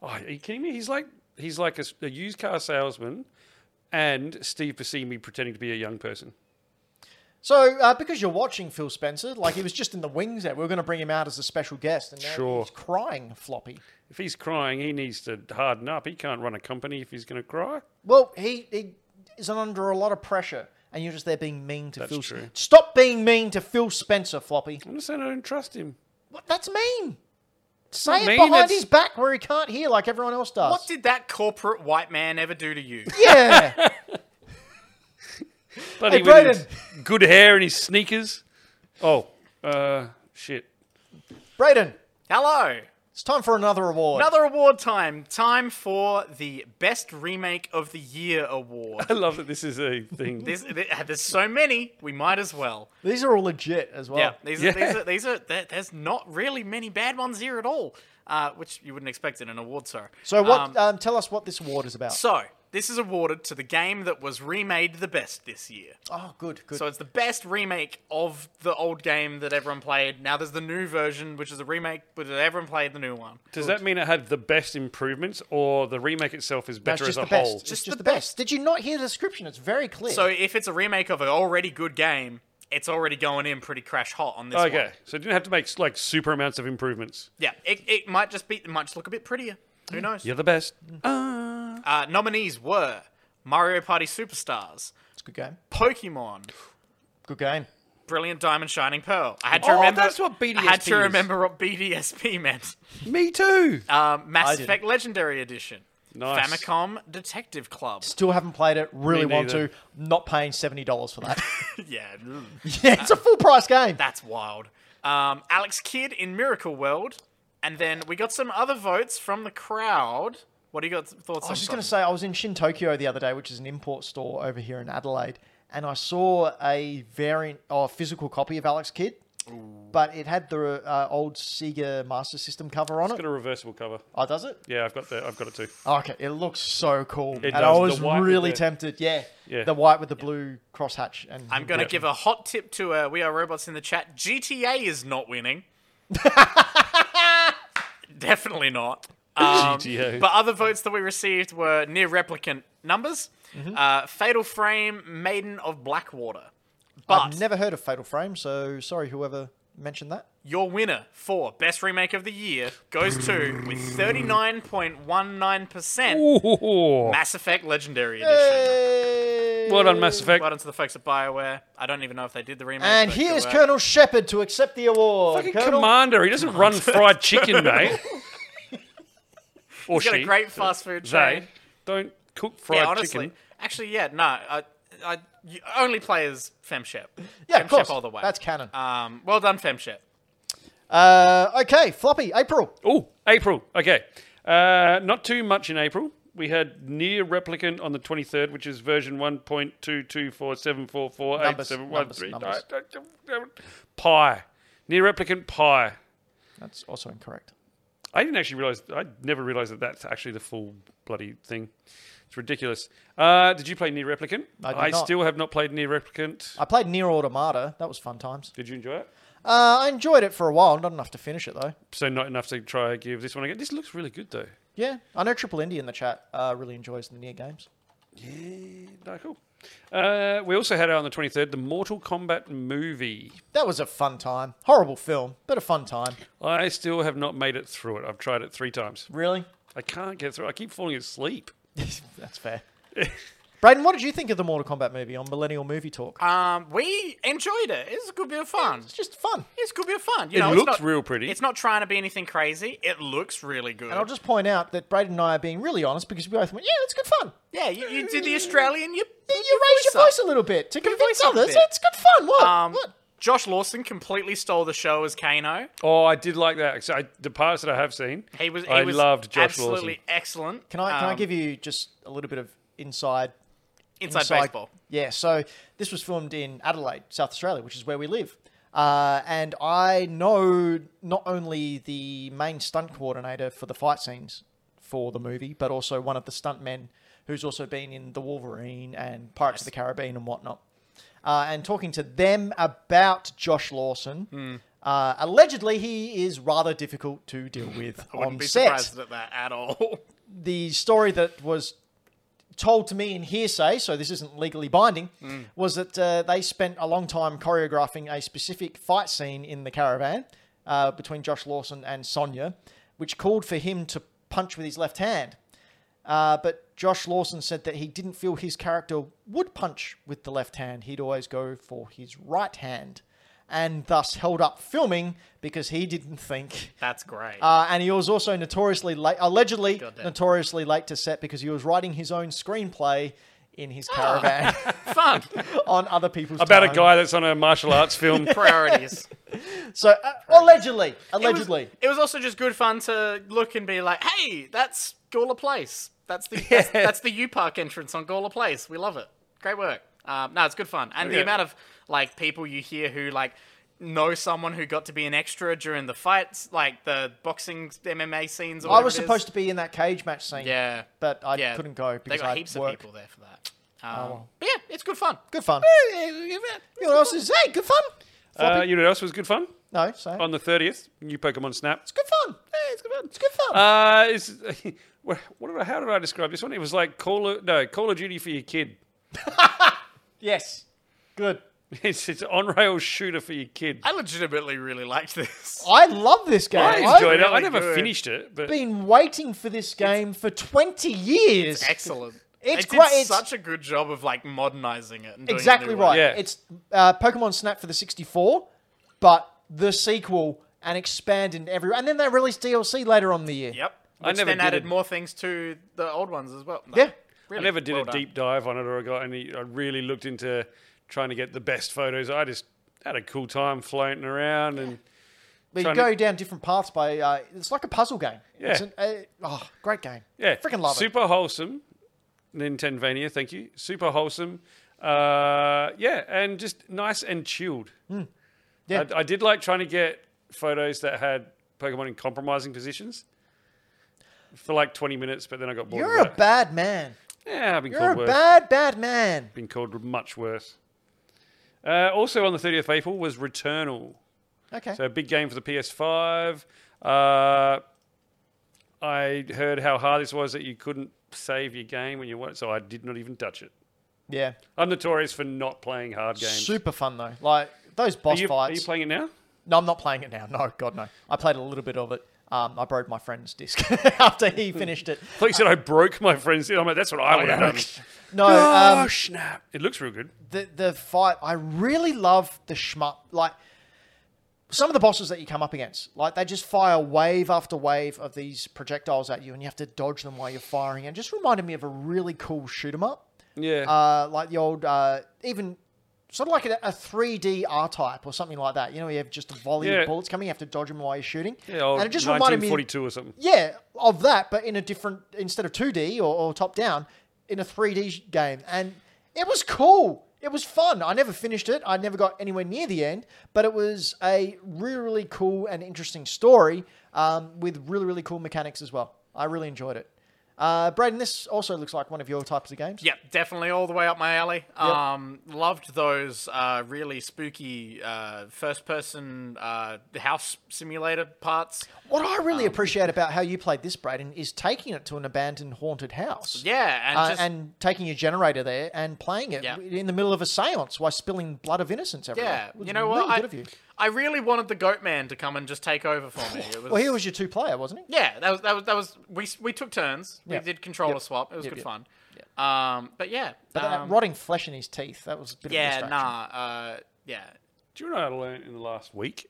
Oh, are you kidding me? He's like he's like a, s- a used car salesman and Steve Buscemi pretending to be a young person. So uh, because you're watching Phil Spencer, like he was just in the wings there, we were going to bring him out as a special guest, and now Sure. he's crying floppy. If he's crying, he needs to harden up. He can't run a company if he's going to cry. Well, he, he is under a lot of pressure, and you're just there being mean to That's Phil. true. Stop being mean to Phil Spencer, floppy. I'm just saying I don't trust him. What? That's mean. Say it mean, behind that's- his back where he can't hear, like everyone else does. What did that corporate white man ever do to you? yeah. Hey, Bloody with his good hair and his sneakers. Oh, uh, shit. Brayden, Hello. it's time for another award. Another award time. Time for the Best Remake of the Year award. I love that this is a thing. There's, there- there's so many, we might as well. These are all legit as well. Yeah, these, Yeah. Are, these are these are there- there's not really many bad ones here at all, uh, which you wouldn't expect in an award show. So what? Um, Um, tell us what this award is about. so this is awarded to the game that was remade the best this year. oh, good, good. So it's the best remake of the old game that everyone played. Now there's the new version, which is a remake, but everyone played the new one. Does that mean it had the best improvements, or the remake itself is That's better as just a the best. whole? It's just, the best. Did you not hear the description? It's very clear. So if it's a remake of an already good game, it's already going in pretty crash hot on this one. Okay, so it didn't have to make like super amounts of improvements. Yeah, it, it might just be it might just look a bit prettier. Mm. Who knows? You're the best. Uh, nominees were Mario Party Superstars, it's a good game. Pokemon, Good game. Brilliant Diamond Shining Pearl. I had to Oh, remember. that's what I had BDSP to is. remember what BDSP meant. Me too. Um, Mass didn't. Effect Legendary Edition. Nice. Famicom Detective Club. Still haven't played it. Really Me want to. neither. Not paying seventy dollars for that. yeah, mm, yeah, it's a full price game. that's wild. Um, Alex Kidd in Miracle World, and then we got some other votes from the crowd. What do you got thoughts I on? was just going to say, I was in Shin Tokyo the other day, which is an import store over here in Adelaide, and I saw a variant or physical copy of Alex Kidd, but it had the uh, old Sega Master System cover on It's it. got a reversible cover. Oh, does it? Yeah, I've got that. I've got it too. Okay, it looks so cool, and It I does, was the white with really the- tempted. Yeah, Yeah. the white with the blue crosshatch, and I'm going to Yeah. give a hot tip to uh, We Are Robots in the chat. GTA is not winning. Definitely not. Um, GTA. But other votes that we received were near replicant numbers, Mm-hmm. uh, Fatal Frame, Maiden of Blackwater. But I've never heard of Fatal Frame, so sorry whoever mentioned that. your winner for Best Remake of the Year goes to, with 39.19%, Ooh. Mass Effect Legendary Edition. Well done, Mass Effect. Well done to the folks at BioWare. I don't even know if they did the remake. And but here's good work. Colonel Shepard to accept the award. Fucking Colonel, commander. He doesn't run fried chicken, mate. or He's got she. a great fast food chain. they don't cook fried Yeah, honestly. chicken. Actually, yeah, no. I, I you only play as FemShep. yeah, of FemShep course, all the way. that's canon. um, well done, FemShep. Uh, okay, floppy April. Oh, April. Okay. Uh, not too much in April. We had Near Replicant on the 23rd, which is version 1.22474487139. Numbers, Pi. Near Replicant Pi. That's also incorrect. I didn't actually realize, I never realized that that's actually the full bloody thing. It's ridiculous. Uh, did you play Near Replicant? I did not. still have not played Near Replicant. I played Near Automata. That was fun times. Did you enjoy it? Uh, I enjoyed it for a while, not enough to finish it though. So, not enough to try and give this one again. This looks really good, though. Yeah, I know Triple Indy in the chat uh, really enjoys the Near games. Yeah, no, cool. Uh, we also had out on the 23rd the Mortal Kombat movie. That was a fun time. Horrible film, but a fun time. I still have not made it through it. I've tried it three times. Really? I can't get through. I keep falling asleep. That's fair. Braden, what did you think of the Mortal Kombat movie on Millennial Movie Talk? Um, we enjoyed it. It's a good bit of fun. It's just fun. It's a good bit of fun. You It know, looks it's not, real pretty. It's not trying to be anything crazy. It looks really good. And I'll just point out that Braden and I are being really honest because we both went, yeah, it's good fun. yeah, you, you did the Australian. You You raise your up. voice a little bit to convince voice up a others. bit. It's good fun. What? Um, what? Josh Lawson completely stole the show as Kano. Oh, I did like that. So I, the parts that I have seen, He was. He I was loved Josh absolutely Lawson. excellent. Can I can I Um, give you just a little bit of inside inside, inside- baseball? Yeah, so this was filmed in Adelaide, South Australia, which is where we live. Uh, and I know not only the main stunt coordinator for the fight scenes for the movie, but also one of the stuntmen who's also been in The Wolverine and Pirates of the Caribbean and whatnot. Uh, and talking to them about Josh Lawson, Hmm. uh, allegedly he is rather difficult to deal with I wouldn't on be set surprised at that at all. the story that was told to me in hearsay, so this isn't legally binding, was that uh, they spent a long time choreographing a specific fight scene in the caravan uh, between Josh Lawson and Sonia, which called for him to punch with his left hand. Uh, but Josh Lawson said that he didn't feel his character would punch with the left hand. He'd always go for his right hand, and thus held up filming because he didn't think That's great. uh, and he was also notoriously late, allegedly Goddamn. notoriously late to set because he was writing his own screenplay in his caravan Fun on other people's about a time. guy that's on a martial arts film. priorities. So uh, allegedly, It was- allegedly, It was, also just good fun to look and be like, "Hey, that's Gawler Place. That's the that's, that's the U Park entrance on Gawler Place. We love it. Great work. Um, no, it's good fun. And Yeah. the amount of like people you hear who like know someone who got to be an extra during the fights, like the boxing MMA scenes. Or I whatever was it is. supposed to be in that cage match scene. Yeah. but I yeah, couldn't go They because got I heaps work. Oh, of people there for that. Um, But yeah, it's good fun. Good fun. you know what else is hey, good fun. uh, you know what else was good fun? No, so On the 30th, new Pokemon Snap. it's good fun. it's good fun. It's good fun. Uh, it's, what, what did I- how did I describe this one? It was like Call of, no, Call of Duty for your kid. yes, good. It's, it's on rail shooter for your kid. I legitimately really liked this. I love this game. I enjoyed it. I really never good. finished it, but I've been waiting for this game for twenty years. Excellent. It's They did great- it's- such a good job of like modernizing it. And doing a Exactly new one. right. Yeah. It's uh, Pokemon Snap for the 64, but the sequel and expand in every. And then they released DLC later on in the year. Yep. I Which never then did added it. more things to the old ones as well. No, Yeah. I really, never did well a done. deep dive on it or I got any. I really looked into trying to get the best photos. I just had a cool time floating around and But you Trying go to- down different paths by. Uh, it's like a puzzle game. Yeah. It's an, uh, oh, great game. yeah, Freaking love it. Super wholesome, Nintendvania. Thank you. Super wholesome. Uh, yeah, and just nice and chilled. Hmm. Yeah. I, I did like trying to get photos that had Pokemon in compromising positions for like 20 minutes, but then I got bored. You're of a that. bad man. yeah, I've been You're called a worse. bad, bad man. been called much worse. Uh, also on the 30th of April was Returnal. Okay. So a big game for the PS5. Uh, I heard how hard this was that you couldn't save your game when you wanted, so I did not even touch it. yeah. I'm notorious for not playing hard games. Super fun, though. Like, those boss are, you, are fights. you playing it now? No, I'm not playing it now. No, God, no. I played a little bit of it. Um, I borrowed my friend's disc after he finished it. Like you said, I broke my friend's. I'm like, that's what I would have done. No, Oh, um, oh snap! It looks real good. the the fight. I really love the shmup. Like some of the bosses that you come up against, like they just fire wave after wave of these projectiles at you, and you have to dodge them while you're firing. And it just reminded me of a really cool shoot 'em up, Yeah. uh, like the old uh, even. Sort of like a, a 3D R type or something like that. You know, you have just a volley Yeah. of bullets coming, you have to dodge them while you're shooting. yeah old and it just reminded me 1942 or something. yeah, of that, but in a different instead of 2D or, or top down, in a 3D game, and it was cool. It was fun. I never finished it. I never got anywhere near the end, but it was a really, really cool and interesting story um, with really, really cool mechanics as well. I really enjoyed it. Uh, Braden, this also looks like one of your types of games. Yep, definitely all the way up my alley. Um, loved those uh, really spooky uh, first-person uh, house simulator parts. What I really appreciate about how you played this, Braden, is taking it to an abandoned haunted house. Yeah, and uh, just and taking your generator there and playing it Yeah. in the middle of a seance while spilling blood of innocence everywhere. yeah, It was you know really what? I, Good of you. I really wanted the Goat Man to come and just take over for me. It was, Well, he was your two player, wasn't he? yeah, that was that was that was we s- we took turns. Yeah. We did controller Yep. swap. It was Yep, yep. good fun. Um, but yeah, But um, that rotting flesh in his teeth, that was a bit of yeah, a distraction. nah, uh, yeah. Do you know what I learned in the last week?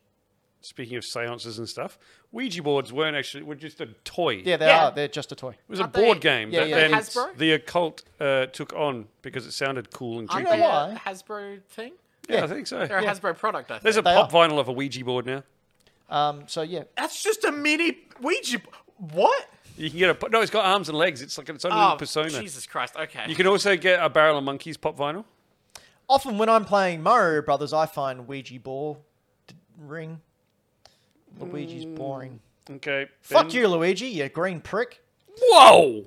Speaking of seances and stuff, Ouija boards weren't actually, were just a toy. Yeah, they Yeah. are. They're just a toy. It was a Aren't they- board game Yeah, that yeah. then Hasbro? the occult uh, took on because it sounded cool and Aren't creepy. know they Yeah, why. a Hasbro thing? I think so. They're a Hasbro product, I think. There's a They pop are. vinyl of a Ouija board now. Um, so yeah, That's just a mini Ouija. b- What? You can get a no. It's got arms and legs. It's like its own Oh, little persona. Jesus Christ. Okay. You can also get a Barrel of Monkeys pop vinyl. often when I'm playing Mario Brothers, I find Ouija ball d- ring. Luigi's Mm. boring. Okay. Fuck Ben. you, Luigi, you green prick. Whoa.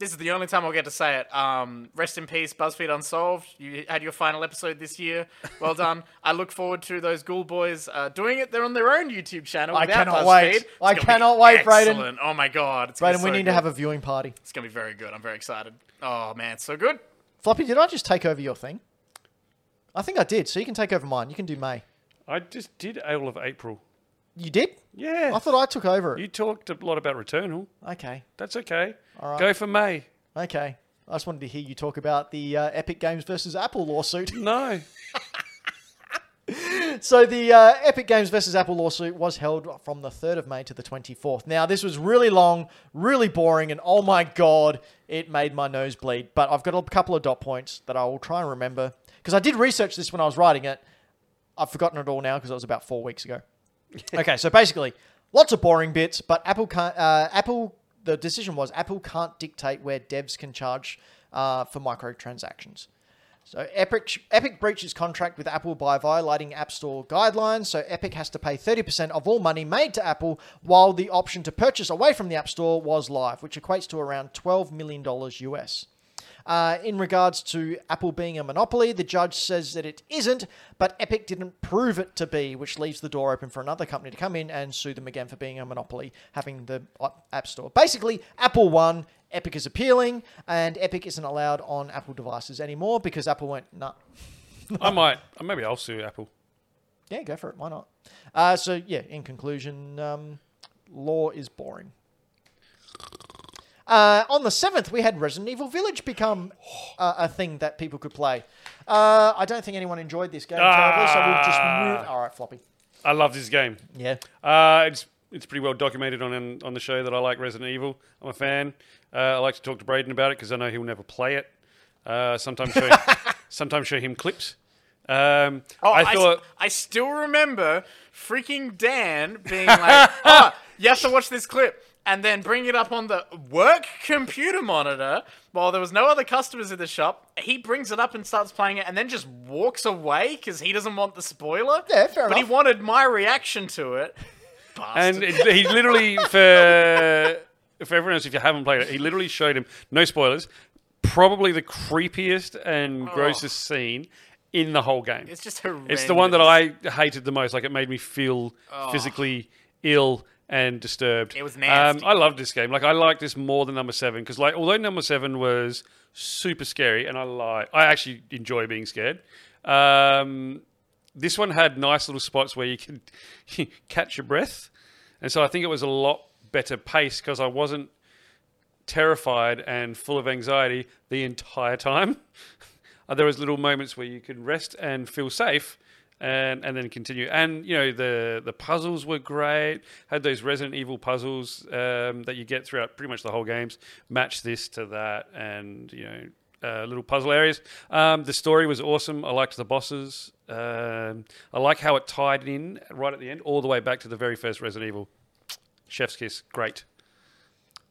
This is the only time I'll get to say it. Um, rest in peace, BuzzFeed Unsolved. You had your final episode this year. Well done. I look forward to those Ghoul Boys uh, doing it. They're on their own YouTube channel. I without cannot BuzzFeed. wait. It's I gonna be cannot wait, Brayden. excellent. Oh my god, it's gonna Brayden, be we so need good. to have a viewing party. It's gonna be very good. I'm very excited. Oh man, it's so good. Floppy, did I just take over your thing? I think I did, so you can take over mine. You can do May. I just did all of April. You did? Yeah. I thought I took over it. you talked a lot about Returnal. Okay, That's okay. All right. Go for May. okay. I just wanted to hear you talk about the uh, Epic Games versus Apple lawsuit. No. So the uh, Epic Games versus Apple lawsuit was held from the 3rd of May to the 24th. Now this was really long, really boring, and oh my god, it made my nose bleed. But I've got a couple of dot points that I will try and remember because I did research this when I was writing it. I've forgotten it all now because it was about four weeks ago. okay, so basically, lots of boring bits, but Apple can't. Uh, Apple, the decision was Apple can't dictate where devs can charge uh, for microtransactions. So Epic Epic breaches contract with Apple by violating App Store guidelines. So Epic has to pay 30% of all money made to Apple, while the option to purchase away from the App Store was live, which equates to around 12 million dollars US. Uh, in regards to Apple being a monopoly, the judge says that it isn't, but Epic didn't prove it to be, which leaves the door open for another company to come in and sue them again for being a monopoly, having the uh, App Store. Basically, Apple won, Epic is appealing, and Epic isn't allowed on Apple devices anymore because Apple went, nah. I might. Or Maybe I'll sue Apple. Yeah, go for it. Why not? Uh, so, yeah, in conclusion, um, law is boring. Uh, on the 7th, we had Resident Evil Village become uh, a thing that people could play. Uh, I don't think anyone enjoyed this game terribly, so we'll just move. All right, Floppy. I love this game. Yeah. Uh, it's it's pretty well documented on on the show that I like Resident Evil. I'm a fan. Uh, I like to talk to Braden about it because I know he'll never play it. Uh, sometimes show sometimes show him clips. Um, Oh, I thought I, still remember freaking Dan being like, oh, you have to watch this clip. And then bring it up on the work computer monitor while there was no other customers in the shop. He brings it up and starts playing it and then just walks away because he doesn't want the spoiler. Yeah, fair But he enough. wanted my reaction to it. and Bastard. it, he literally for for everyone else if you haven't played it, he literally showed him no spoilers. Probably the creepiest and grossest scene in the whole game. Oh. it's just horrendous. Oh. It's the one that I hated the most. Like it made me feel physically ill and disturbed. Um, It was nasty. I loved this game. Like I liked this more than number seven because, like, although number seven was super scary, and I lie, I actually enjoy being scared. Um, this one had nice little spots where you could catch your breath, and so I think it was a lot better pace because I wasn't terrified and full of anxiety the entire time. Uh, there was little moments where you could rest and feel safe, and and then continue. And you know the the puzzles were great. Had those Resident Evil puzzles um, that you get throughout pretty much the whole games. Match this to that, and you know. Uh, little puzzle areas. Um, the story was awesome. I liked the bosses. Um, I like how it tied in right at the end, all the way back to the very first Resident Evil. Chef's kiss. Great.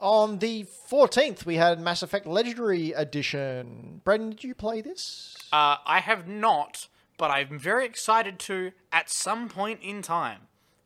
On the 14th, we had Mass Effect Legendary Edition. Brendan, did you play this? Uh, I have not, but I'm very excited to at some point in time.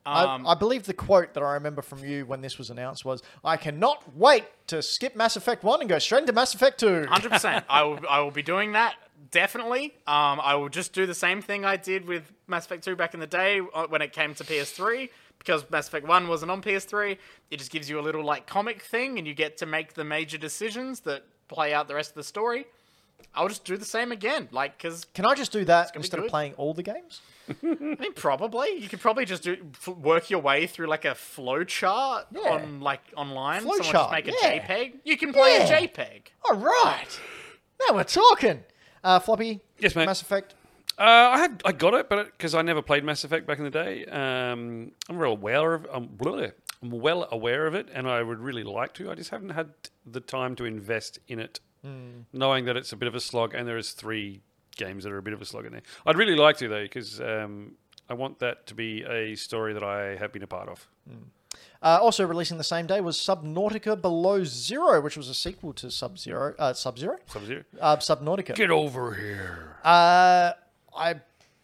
Um, I, I believe the quote that I remember from you when this was announced was, I cannot wait to skip Mass Effect 1 and go straight into Mass Effect 2. Hundred percent. I will. I will be doing that definitely. Um, I will just do the same thing I did with Mass Effect Two back in the day uh, when it came to PS3 because Mass Effect One wasn't on PS3. It just gives you a little like comic thing, and you get to make the major decisions that play out the rest of the story. I'll just do the same again. Like, because Can I just do that be instead of good. playing all the games? I mean, probably you could probably just do f- work your way through like a flow chart Yeah. on like online. Flow Someone chart, just make a yeah. JPEG. You can play Yeah. a E JPEG. All right. Now we're talking. Uh, Floppy. Yes, mate. Mass Effect. Uh, I had I got it, but because I never played Mass Effect back in the day, um, I'm real aware of. I'm, bleh, I'm well aware of it, and I would really like to. I just haven't had the time to invest in it, knowing that it's a bit of a slog, and there is three games that are a bit of a slog in there. I'd really like to though, because um, I want that to be a story that I have been a part of. Uh, also releasing the same day was Subnautica Below Zero, which was a sequel to Sub Zero. Uh, Sub Zero. Sub-Zero. Uh, Subnautica. Get over here. Uh, I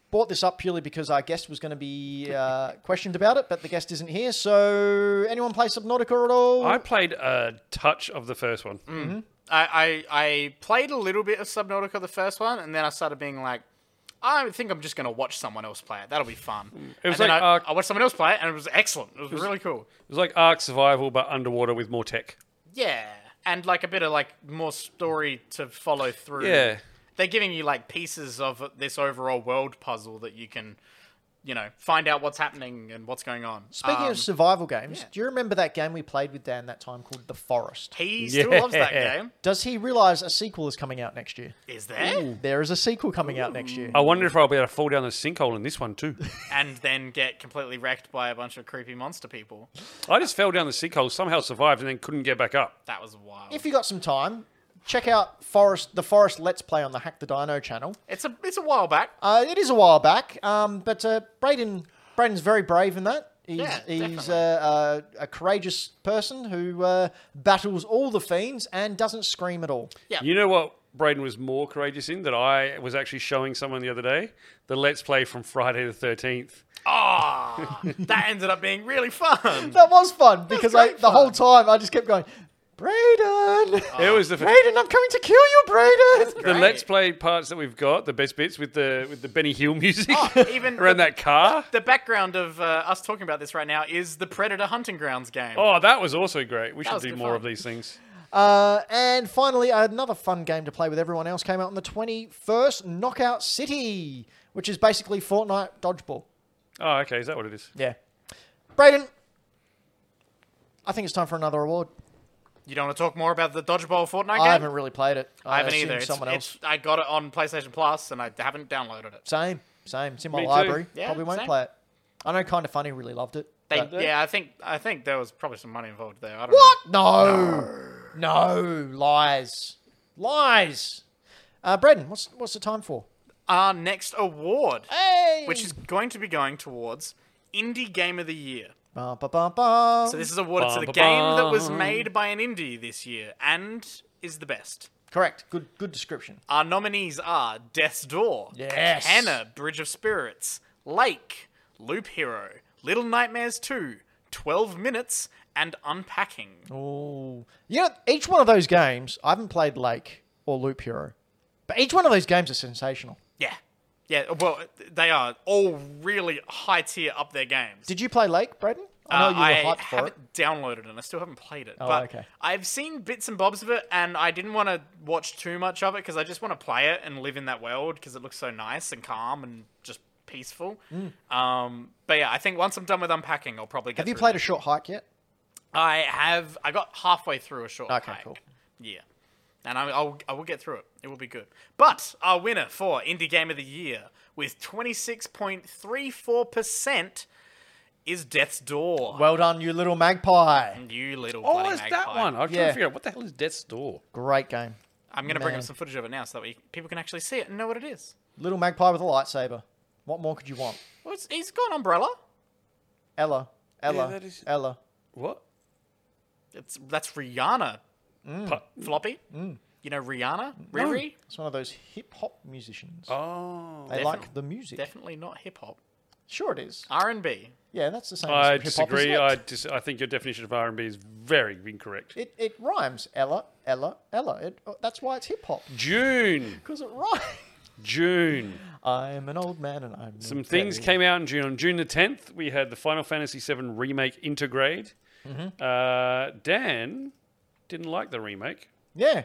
bought this up purely because our guest was going to be uh, questioned about it, but the guest isn't here. So, anyone play Subnautica at all? I played a touch of the first one. I, I I played a little bit of Subnautica the first one, and then I started being like, I think I'm just gonna watch someone else play it. That'll be fun. It was like, and then I, uh, I watched someone else play it, and it was excellent. It was, really cool. It was like Ark Survival, but underwater with more tech. Yeah, and like a bit of like more story to follow through. Yeah. they're giving you like pieces of this overall world puzzle that you can, you know, find out what's happening and what's going on. Speaking Um, of survival games, yeah. do you remember that game we played with Dan that time called The Forest? he still loves that Yeah. game. Does he realize a sequel is coming out next year? Is there? There is a sequel coming out next year. I wonder if I'll be able to fall down the sinkhole in this one too. And then get completely wrecked by a bunch of creepy monster people. I just fell down the sinkhole, somehow survived, and then couldn't get back up. That was wild. If you got some time, check out Forest the Forest Let's Play on the Hack the Dino channel. It's a it's a while back. Uh, it is a while back, um, but uh, Braden Braden's very brave in that. He's, Yeah, he's definitely. uh, a, a courageous person who uh, battles all the fiends and doesn't scream at all. Yeah. You know what Braden was more courageous in? That I was actually showing someone the other day the Let's Play from Friday the 13th. Ah, that ended up being really fun. That was fun because I, great the whole fun. time I just kept going, Braden, It was the, Braden, I'm coming to kill you, Braden. the great. Let's Play parts that we've got, the best bits with the with the Benny Hill music Oh, even around the- that car. The background of uh, us talking about this right now is the Predator Hunting Grounds game. Oh, that was also great. We should was do good more fun. of these things. Uh, and finally, another fun game to play with everyone else came out on the 21st, Knockout City, which is basically Fortnite dodgeball. Oh, okay. Is that what it is? Yeah. Braden, I think it's time for another award. You don't want to talk more about the dodgeball Fortnite game? I haven't really played it. I, I haven't assume either. It's, Someone it's- else. I got it on PlayStation Plus and I haven't downloaded it. Same, same. It's in my Me too. library. Yeah, Probably won't same. play it. I know. Kind of funny. Really loved it. They, but- yeah, I think I think there was probably some money involved there. I don't What? No. no, lies, lies. Uh, Braden, what's what's the time for? Know. Our next award, Hey. which is going to be going towards Indie Game of the Year. Ba, ba, ba, ba. So this is awarded to the game Ba-ba-bum. that was made by an indie this year and is the best. correct. Good good description. Our nominees are Death's Door, Yes. Hannah, Bridge of Spirits, Lake, Loop Hero, Little Nightmares 2, 12 Minutes, and Unpacking. Oh, you know, each one of those games. I haven't played Lake or Loop Hero, but each one of those games is sensational. Yeah. Yeah, well, they are all really high tier up their games. Did you play Lake, Braden? I know Uh, you were I hyped for it. Oh, haven't downloaded it and I still haven't played it. but okay. I've seen bits and bobs of it and I didn't want to watch too much of it because I just want to play it and live in that world because it looks so nice and calm and just peaceful. Um, but yeah, I think once I'm done with unpacking, I'll probably get Mm. Have you through played a it. short hike yet? I have. I got halfway through a short Okay, hike. cool. Yeah. And I, I'll, I will get through it. It will be good. But our winner for Indie Game of the Year with 26.34% is Death's Door. Well done, you little magpie. you little Oh, bloody it's that magpie. one. I was trying Yeah. to figure out what the hell is Death's Door. Great game. I'm going to bring Man. up some footage of it now so that we, people can actually see it and know what it is. Little magpie with a lightsaber. What more could you want? Well, it's, he's got an umbrella. Ella, Ella, that is- Ella. What? It's, that's Rihanna. Pu- Floppy. Mm. You know Rihanna? Riri? It's one of those hip hop musicians. Oh. they definitely. like the music. Definitely not hip hop. Sure, it is. R&B. Yeah, that's the same. I as hip-hop, disagree. isn't I, it? dis- I think your definition of R and B is very incorrect. It, it rhymes. Ella, Ella, Ella. It, oh, that's why it's hip hop June, because it rhymes. June. I'm an old man and I'm Some things came out in June. On June the tenth, we had the Final Fantasy VII remake Mm-hmm. Intergrade. Uh, Dan didn't like the remake. Yeah,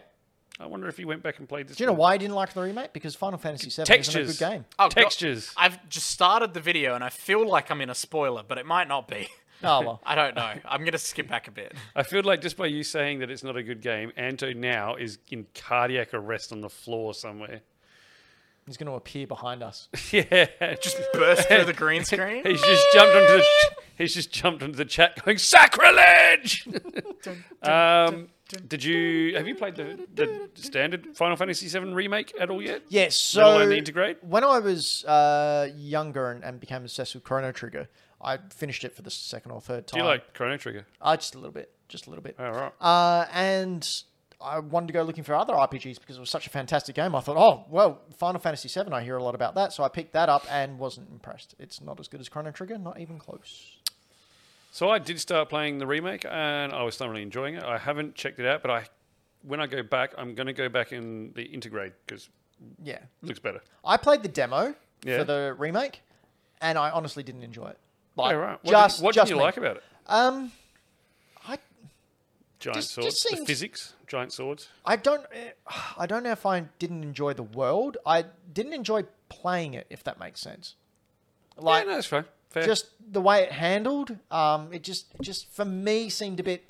I wonder if he went back and played this. Do you know one. why I didn't like the remake? Because Final Fantasy VII Textures. isn't a good game. Oh, God. Textures. I've just started the video and I feel like I'm in a spoiler, but it might not be. Oh well. I don't know. I'm gonna skip back a bit. I feel like just by you saying that it's not a good game, Anto now is in cardiac arrest on the floor somewhere. He's going to appear behind us. yeah, Just burst through the green screen. he's just jumped onto the he's just jumped onto the chat going sacrilege. um, did you have you played the, the standard Final Fantasy VII remake at all yet? Yes. Let alone So the integrate? when I was uh, younger and, and became obsessed with Chrono Trigger, I finished it for the second or third time. Do you like Chrono Trigger? Uh, just a little bit, just a little bit. All right. Uh, and I wanted to go looking for other RPGs because it was such a fantastic game. I thought, oh well, Final Fantasy VII. I hear a lot about that, so I picked that up and wasn't impressed. It's not as good as Chrono Trigger, not even close. So I did start playing the remake, and I was thoroughly enjoying it. I haven't checked it out, but I when I go back, I'm going to go back in the integrate because Yeah, it looks better. I played the demo Yeah. for the remake, and I honestly didn't enjoy it. All right. What just- did, what just did you me. like about it? Um, I Giant Just- swords. just The seems- physics. Giant swords. I don't, eh, I don't know if I didn't enjoy the world. I didn't enjoy playing it, if that makes sense. Like yeah, no, that's fine. Fair. just the way it handled, um, it just, it just for me seemed a bit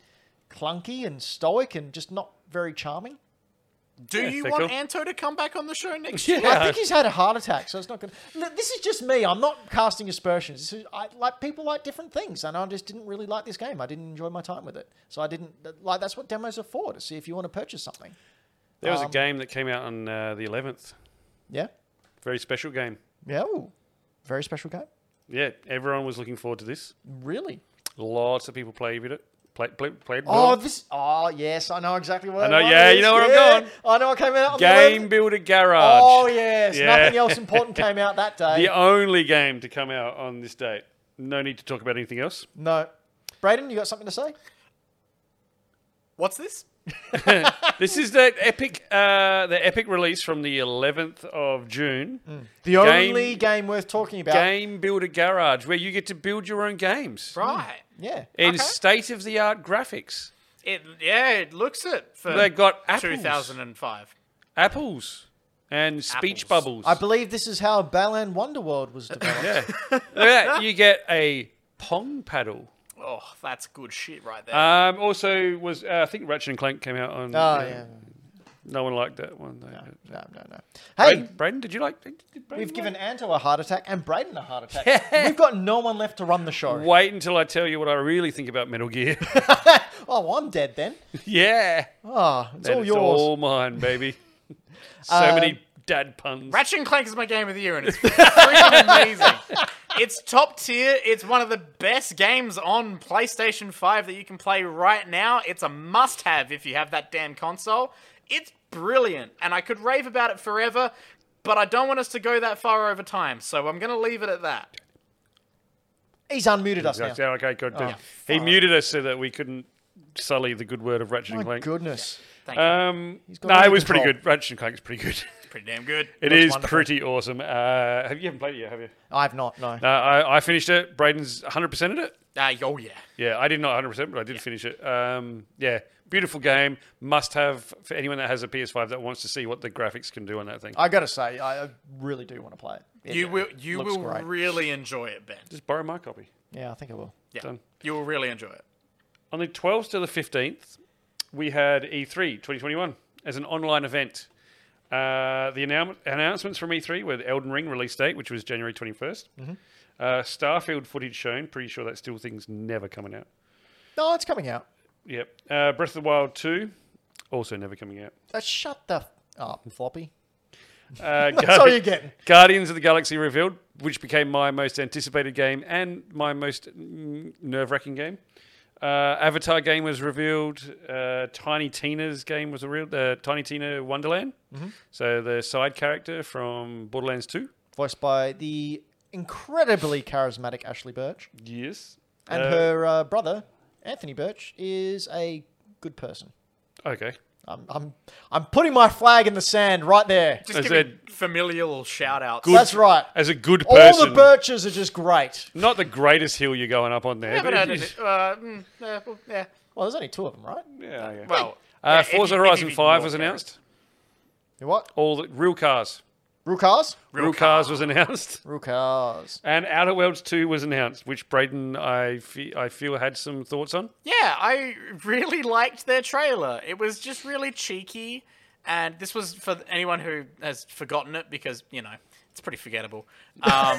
clunky and stoic and just not very charming. Do Yeah, you they're want cool. Anto to come back on the show next yeah. year? I think he's had a heart attack, so it's not good. Look, This is just me. I'm not casting aspersions. This is, I like people like different things, and I just didn't really like this game. I didn't enjoy my time with it, so I didn't like. That's what demos are for to see if you want to purchase something. there was a um, game that came out on uh, the 11th. Yeah, Very special game. yeah. Ooh. Very special game. Yeah, everyone was looking forward to this. Really? Lots of people played with it. Play, play, played with Oh, it. this. Oh, yes, I know exactly what. I know, that yeah, is. you know where I'm Yeah, going. I know. I came out on the Game eleventh. Builder Garage. Oh yes, Yeah. nothing else important came out that day. The only game to come out on this date. No need to talk about anything else. No, Braden, you got something to say? What's this? This is that epic, uh, the epic release from the 11th of June. The only game worth talking about. Game Builder Garage, where you get to build your own games Right. Yeah. in Okay. state of the art graphics. It yeah, it looks it for They got apples, 2005. apples, and speech Apples. bubbles. I believe this is how Balan Wonderworld was developed. yeah, Look at that. you get a pong paddle. Oh, that's good shit right Uh, there. Um, also, was uh, I think Ratchet and Clank came out on. Oh yeah. yeah. No one liked that one. They- No, no, no. Hey, Braden, Braden, did you like? Did Braden we've like- given Anto a heart attack and Braden a heart attack. We've got no one left to run the show. Wait until I tell you what I really think about Metal Gear. Oh, well, I'm dead then. yeah, Oh, it's And all it's yours. Um, all mine, baby. so many dad puns. Ratchet and Clank is my game of the year, and it's freaking amazing. It's top tier. It's one of the best games on PlayStation 5 that you can play right now. It's a must have if you have that damn console. It's brilliant, and I could rave about it forever, but I don't want us to go that far over time, so I'm going to leave it at that. He's unmuted us now. Yeah, okay, good. Oh, good. he muted us so that we couldn't sully the good word of Ratchet and My Clank. goodness. Thank you. Um, got no, all the it was pretty control. good. Ratchet and Clank's pretty good. Pretty damn good. It That's is wonderful. pretty awesome. Uh, have you haven't played it yet? Have you? I've not, no. Uh, I, I finished it. Braden's 100 percent it. Uh, oh, yeah. Yeah, I did not 100, percent but I did finish it. Um, yeah, beautiful game. Must have for anyone that has a PS5 that wants to see what the graphics can do on that thing. I gotta say, I I really do want to play it. It- You will, you looks will great. really enjoy it, Ben. Just borrow my copy. Yeah, I think I will. Yeah. Done. You will really enjoy it. On the 12th to the 15th, we had E E3 2021 as an online event. Uh, the annou- announcements from E3 were the Elden Ring release date, which was January 21st. Uh, Starfield footage shown. Pretty sure that still thing's never coming out. No, it's coming out. Yep. Uh, Breath of the Wild 2, also never coming out. Uh, shut the f- up, floppy. Uh, That's all you're getting. Guardians of the Galaxy revealed, which became my most anticipated game and my most nerve wracking game. Uh, Avatar game was revealed. Uh, Tiny Tina's game was revealed. Uh, Tiny Tina Wonderland. So the side character from Borderlands 2. Voiced by the incredibly charismatic Ashley Birch. Yes. And Uh, her uh, brother, Anthony Birch, is a good person. Okay. I'm, I'm, I'm putting my flag in the sand right there. Just As give me familial shout outs. That's right. As a good All person. the Birches are just great. not the greatest hill you're going up on there. I haven't but heard it of is- it. Uh, mm, uh, well, yeah. Well, there's only two of them, right? Yeah, yeah. Well, yeah, Uh, if Forza you- if Horizon you 5 was ignore announced. Garrett. You what? All the real cars. Real cars? Real, cars was announced. Real cars. And Outer Worlds 2 was announced, which Braden, I, fe- I feel, had some thoughts on. Yeah, I really liked their trailer. It was just really cheeky, and this was for anyone who has forgotten it because you know it's pretty forgettable. Um,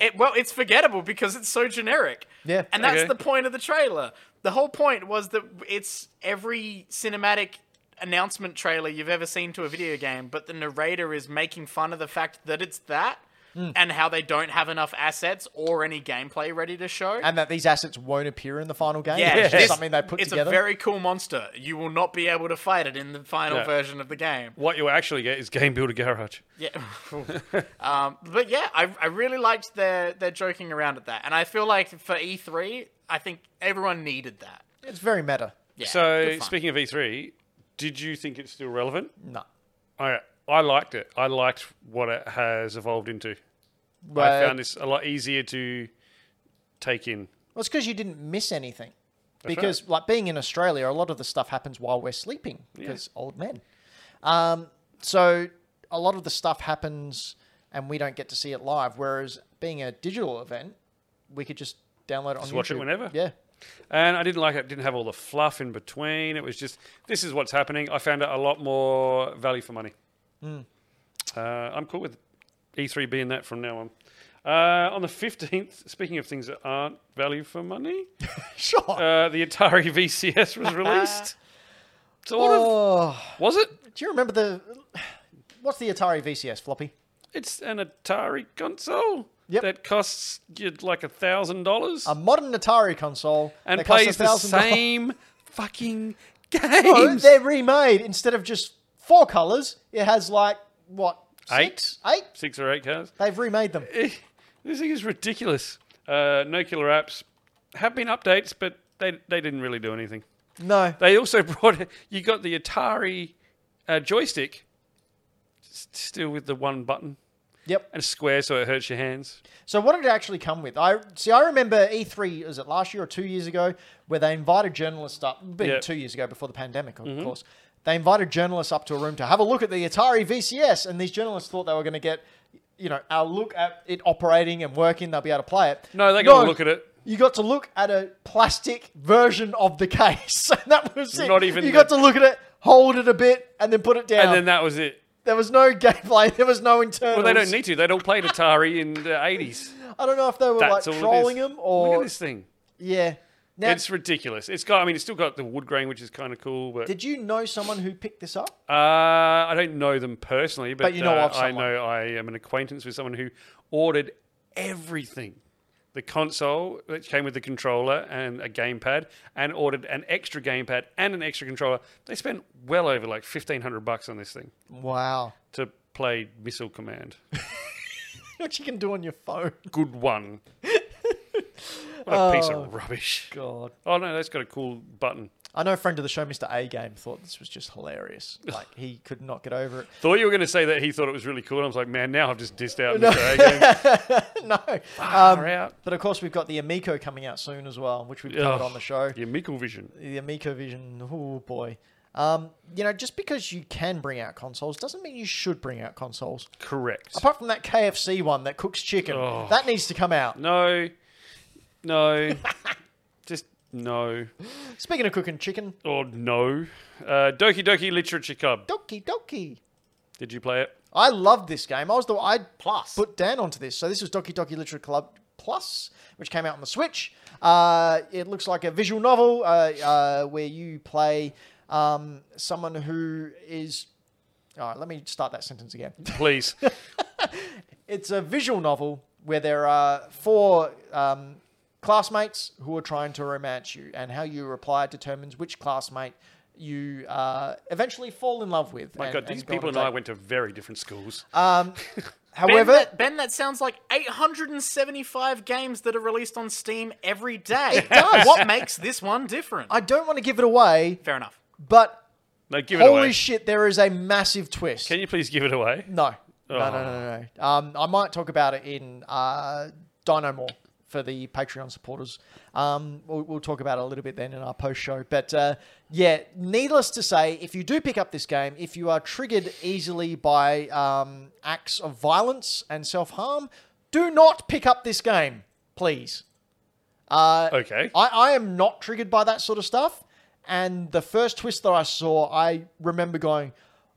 it, well, it's forgettable because it's so generic. Yeah. and that's Okay. the point of the trailer. The whole point was that it's every cinematic announcement trailer you've ever seen to a video game, but the narrator is making fun of the fact that it's that. And how they don't have enough assets or any gameplay ready to show. And that these assets won't appear in the final game. Yeah, It's just this- something they put it's together. a very cool monster. You will not be able to fight it in the final Yeah. version of the game. What you'll actually get is Game Builder Garage. Yeah. um, but yeah, I, I really liked their, their joking around at that. And I feel like for E3, I think everyone needed that. it's very meta. Yeah, so, good fun. speaking of E3, did you think it's still relevant? No. I, I liked it. I liked what it has evolved into. I Well, found this a lot easier to take in. well, it's because you didn't miss anything. because, like, being in Australia, a lot of the stuff happens while we're sleeping because old men. Um, so a lot of the stuff happens and we don't get to see it live. Whereas being a digital event, we could just download it on YouTube. watch it whenever. Yeah. And I didn't like it. Didn't have all the fluff in between. It was just this is what's happening. I found it a lot more value for money. Hmm. Uh, I'm cool with E3 being that from now on. Uh, on the 15th, speaking of things that aren't value for money, Sure. uh, the Atari VCS was released. sort oh, of. Was it? do you remember the. What's the Atari VCS floppy? It's an Atari console Yep. that costs you like a thousand dollars A modern Atari console and that costs plays the $1,000. same fucking No, games. they're remade. Instead of just four colors, it has like what Eight. six, eight. Six or eight cars. They've remade them. Eh, this thing is ridiculous. Uh, no killer apps have been updates, but they they didn't really do anything. No, They also brought you got the Atari uh, joystick, s- still with the one button yep. and a square, so it hurts your hands. So what did it actually come with? I see. I remember E3 was it last year or two years ago where they invited journalists up. Been Yep. two years ago before the pandemic, of Mm-hmm. course. They invited journalists up to a room to have a look at the Atari VCS, and these journalists thought they were going to get, you know, a look at it operating and working. They'll be able to play it. No, they got to look at it. You got to look at a plastic version of the case. And that was it. Not even you the- got to look at it, hold it a bit, and then put it down. And then that was it. there was no gameplay. There was no internal. Well, they don't need to. They'd all played Atari in the 80s. I don't know if they were That's all like it trolling is. him or Look at this thing. yeah. Now, it's ridiculous. It's got. I mean, it's still got the wood grain, which is kind of cool. But did you know someone who picked this up? uh, I don't know them personally. But, But you know uh, of I someone. know I am an acquaintance with someone who ordered everything: the console that came with the controller and a gamepad, and ordered an extra gamepad and an extra controller. They spent well over like fifteen hundred bucks on this thing Wow. to play Missile Command. what you can do on your phone? Good one. What a piece of rubbish. Oh. God. Oh no, that's got a cool button. I know a friend of the show, Mr. A Game, thought this was just hilarious. Like he could not get over it. Thought you were going to say that he thought it was really cool. and I was like, man, now I've just dissed out No. Um, Mr. A game. no. Far out. But of course, we've got the Amico coming out soon as well, which we've covered Ugh. on the show. Your Mickle Vision. the Amico Vision. Oh boy. Um, you know, just because you can bring out consoles doesn't mean you should bring out consoles. Correct. Apart from that KFC one that cooks chicken, Oh. that needs to come out. No. No. just no. Speaking of cooking chicken, Or no. Uh, Doki Doki Literature Club. Doki Doki. Did you play it? I loved this game. I was the I Plus. put Dan onto this. So this was Doki Doki Literature Club Plus, which came out on the Switch. Uh, it looks like a visual novel uh, uh, where you play um, someone who is. All right, let me start that sentence again. Please. it's a visual novel where there are four um, classmates who are trying to romance you, and how you reply determines which classmate you uh, eventually fall in love with. My and- God, and these go on people a and I date. went to very different schools. Um, Ben, however, that, ben, that sounds like 875 games that are released on Steam every day. does. What makes this one different? I don't want to give it away, Fair enough. but no, give it holy away. shit, there is a massive twist. Can you Oh. please give it away? no. no, no, no, no, no. Um, I might talk about it in uh, Dino More for the Patreon supporters. Um, we'll, we'll talk about it a little bit then in our post show. But uh, yeah, needless to say, if you do pick up this game, if you are triggered easily by um, acts of violence and self harm, do not pick up this game, please. Uh, Okay. I, I am not triggered by that sort of stuff. And the first twist that I saw, I remember going,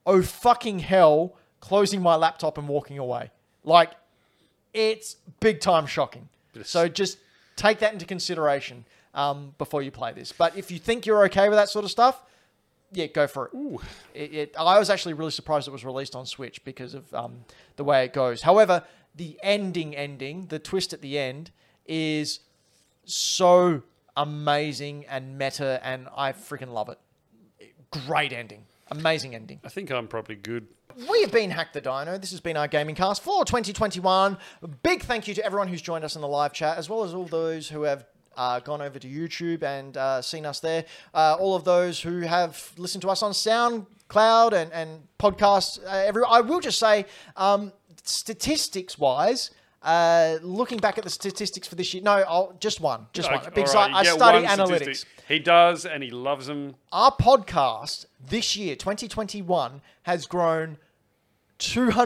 oh fucking hell, closing my laptop and walking away. Like, it's big time shocking. So just take that into consideration um, before you play this. But if you think you're okay with that sort of stuff, yeah, go for it. It, it. I was actually really surprised it was released on Switch because of um, the way it goes. However, the ending, ending, the twist at the end is so amazing and meta, and I freaking love it. Great ending, amazing ending. I think I'm probably good. We have been Hack the Dino. This has been our gaming cast for 2021. Big thank you to everyone who's joined us in the live chat, as well as all those who have uh, gone over to YouTube and uh, seen us there. Uh, all of those who have listened to us on SoundCloud and, and podcasts. Uh, every, I will just say, um, statistics wise, uh, looking back at the statistics for this year, no, I'll, just one, just Like, one. A big all si- right, I you get study one analytics statistic. He does, and he loves them. our podcast this year 2021 has grown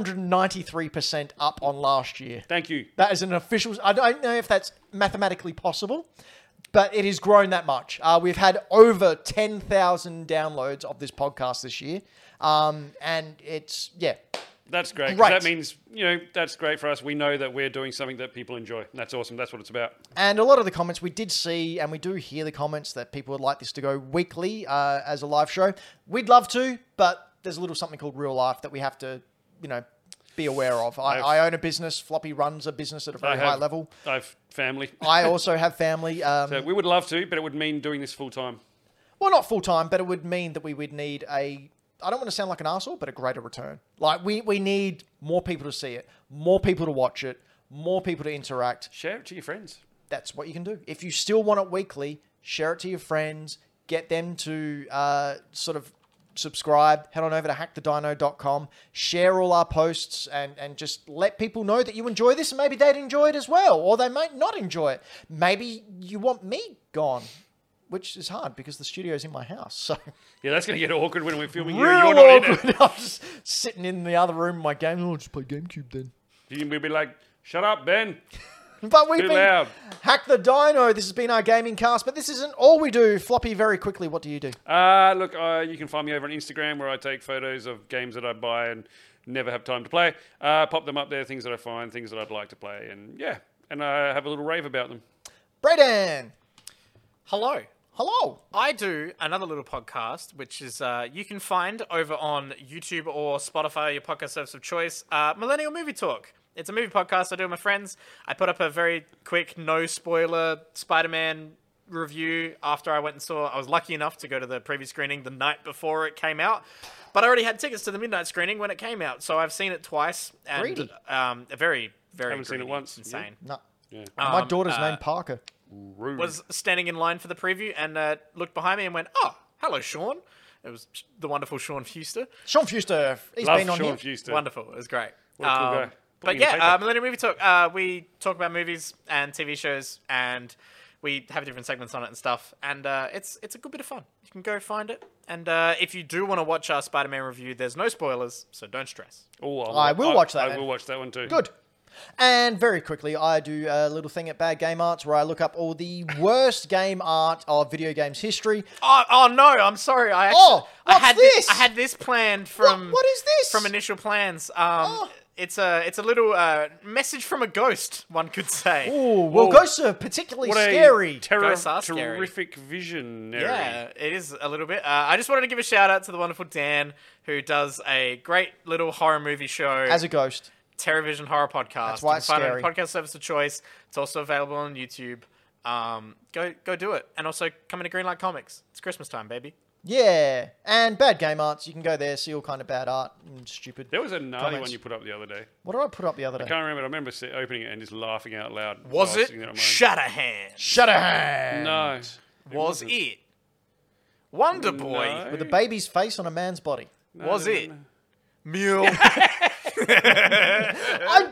293% up on last year Thank you. that is an official i don't know if that's mathematically possible but it has grown that much uh, we've had over 10000 downloads of this podcast this year um, and it's yeah That's great. 'cause Great. That means you know that's great for us. We know that we're doing something that people enjoy. And that's awesome. That's what it's about. And a lot of the comments we did see, and we do hear the comments that people would like this to go weekly uh, as a live show. We'd love to, but there's a little something called real life that we have to, you know, be aware of. I, I've- I own a business. Floppy runs a business at a very I have, high level. I've family. I also have family. Um, So we would love to, but it would mean doing this full time. well, not full time, but it would mean that we would need a. I don't want to sound like an asshole, but a greater return. Like we we need more people to see it, more people to watch it, more people to interact. Share it to your friends. that's what you can do. If you still want it weekly, share it to your friends, get them to uh, sort of subscribe, head on over to hackthedino.com, share all our posts, and, and just let people know that you enjoy this and maybe they'd enjoy it as well, or they might not enjoy it. Maybe you want me gone, which is hard because the studio's in my house. So Yeah, that's going to get awkward when we're filming you. real and You're not in it. awkward. I'm just sitting in the other room, with my game, oh, I'll just play GameCube then. You- We'll be like, shut up, Ben. But we've Too been loud. hack the dino. This has been our gaming cast, but this isn't all we do. Floppy, very quickly, what do you do? Uh, look, uh, you can find me over on Instagram where I take photos of games that I buy and never have time to play. Uh, pop them up there, things that I find, things that I'd like to play, and yeah, and I have a little rave about them. Brayden, Hello. hello. I do another little podcast, which is uh, you can find over on YouTube or Spotify, your podcast service of choice, uh, Millennial Movie Talk. It's a movie podcast I do with my friends. I put up a very quick, no spoiler Spider Man review after I went and saw. I was lucky enough to go to the preview screening the night before it came out, but I already had tickets to the midnight screening when it came out, so I've seen it twice. And, Greedy. Um, a very, very. Haven't seen it greedy. once, It's Insane. No, Um, my daughter's uh, named Parker. Rude. was standing in line for the preview and uh, looked behind me and went, "Oh, hello, Sean." It was the wonderful Sean Fuster. Sean Fuster, he's Love been on Sean here. Fuster. Wonderful. It was great. Um, What a cool guy. Put But me in the yeah, uh, paper. Millennium Movie Talk. Uh, we talk about movies and TV shows, and we have different segments on it and stuff. And uh, it's it's a good bit of fun. You can go find it. And uh, if you do want to watch our Spider-Man review, there's no spoilers, so don't stress. Oh, I'll- I will watch that I then. will watch that one too. Good. And very quickly, I do a little thing at Bad Game Arts where I look up all the worst game art of video games history. Oh, oh no! I'm sorry. I actually, Oh, I what's had thi- this? I had this planned from. what is this? From initial plans. Um, Oh. it's a it's a little uh, message from a ghost. One could say. Oh, well, Whoa. ghosts are particularly What a scary. terror- Ghosts are scary. terrific visionary. Yeah, it is a little bit. Uh, I just wanted to give a shout out to the wonderful Dan, who does a great little horror movie show As a ghost. Terrorvision Horror Podcast. That's why You it's can find it on scary. podcast service of choice. It's also available on YouTube. Um, go go do it, and also come into Greenlight Comics. It's Christmas time, baby. Yeah. And Bad Game Arts, you can go there, see all kind of bad art and stupid. There was a gnarly Comments. one you put up the other day. What did I put up the other day? Can't remember. I remember se- opening it and just laughing out loud. while I Was it sitting there on my own. Shatterhand? Shutterhand! No. Was it Wonder Boy? With a baby's face on a man's body. Was it Mule? I,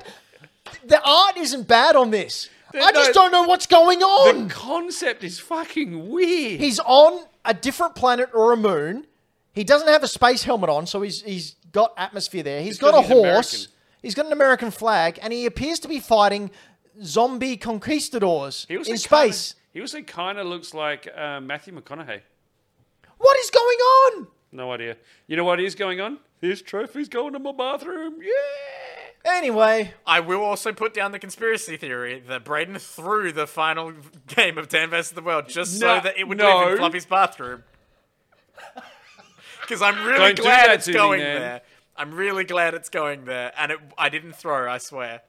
the art isn't bad on this. I just don't know what's going The on. concept is fucking weird. He's on a different planet or a moon. He doesn't have a space helmet on, so he's he's got atmosphere there. he's got a 'cause he's horse. American. He's got an American flag, and he appears to be fighting zombie conquistadors He also in kinda- space. he also kind of looks like uh, Matthew McConaughey. What is going on? No idea. You know what is going on? His trophy's going to my bathroom. Yeah. Anyway, I will also put down the conspiracy theory that Braden threw the final game of Dan vs. the World just No- so that it would no. live in Fluffy's bathroom. Because I'm really Don't do glad that it's to me, going man. there. I'm really glad it's going there, and it, I didn't throw. I swear.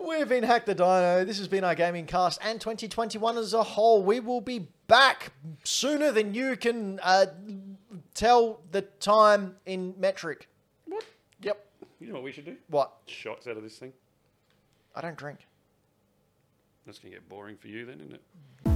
we've been Hack the Dino. This has been our gaming cast and 2021 as a whole. We will be back sooner than you can uh, tell the time in metric. What? Yep. You know what we should do? What? Shots out of this thing. I don't drink. That's gonna get boring for you then, isn't it?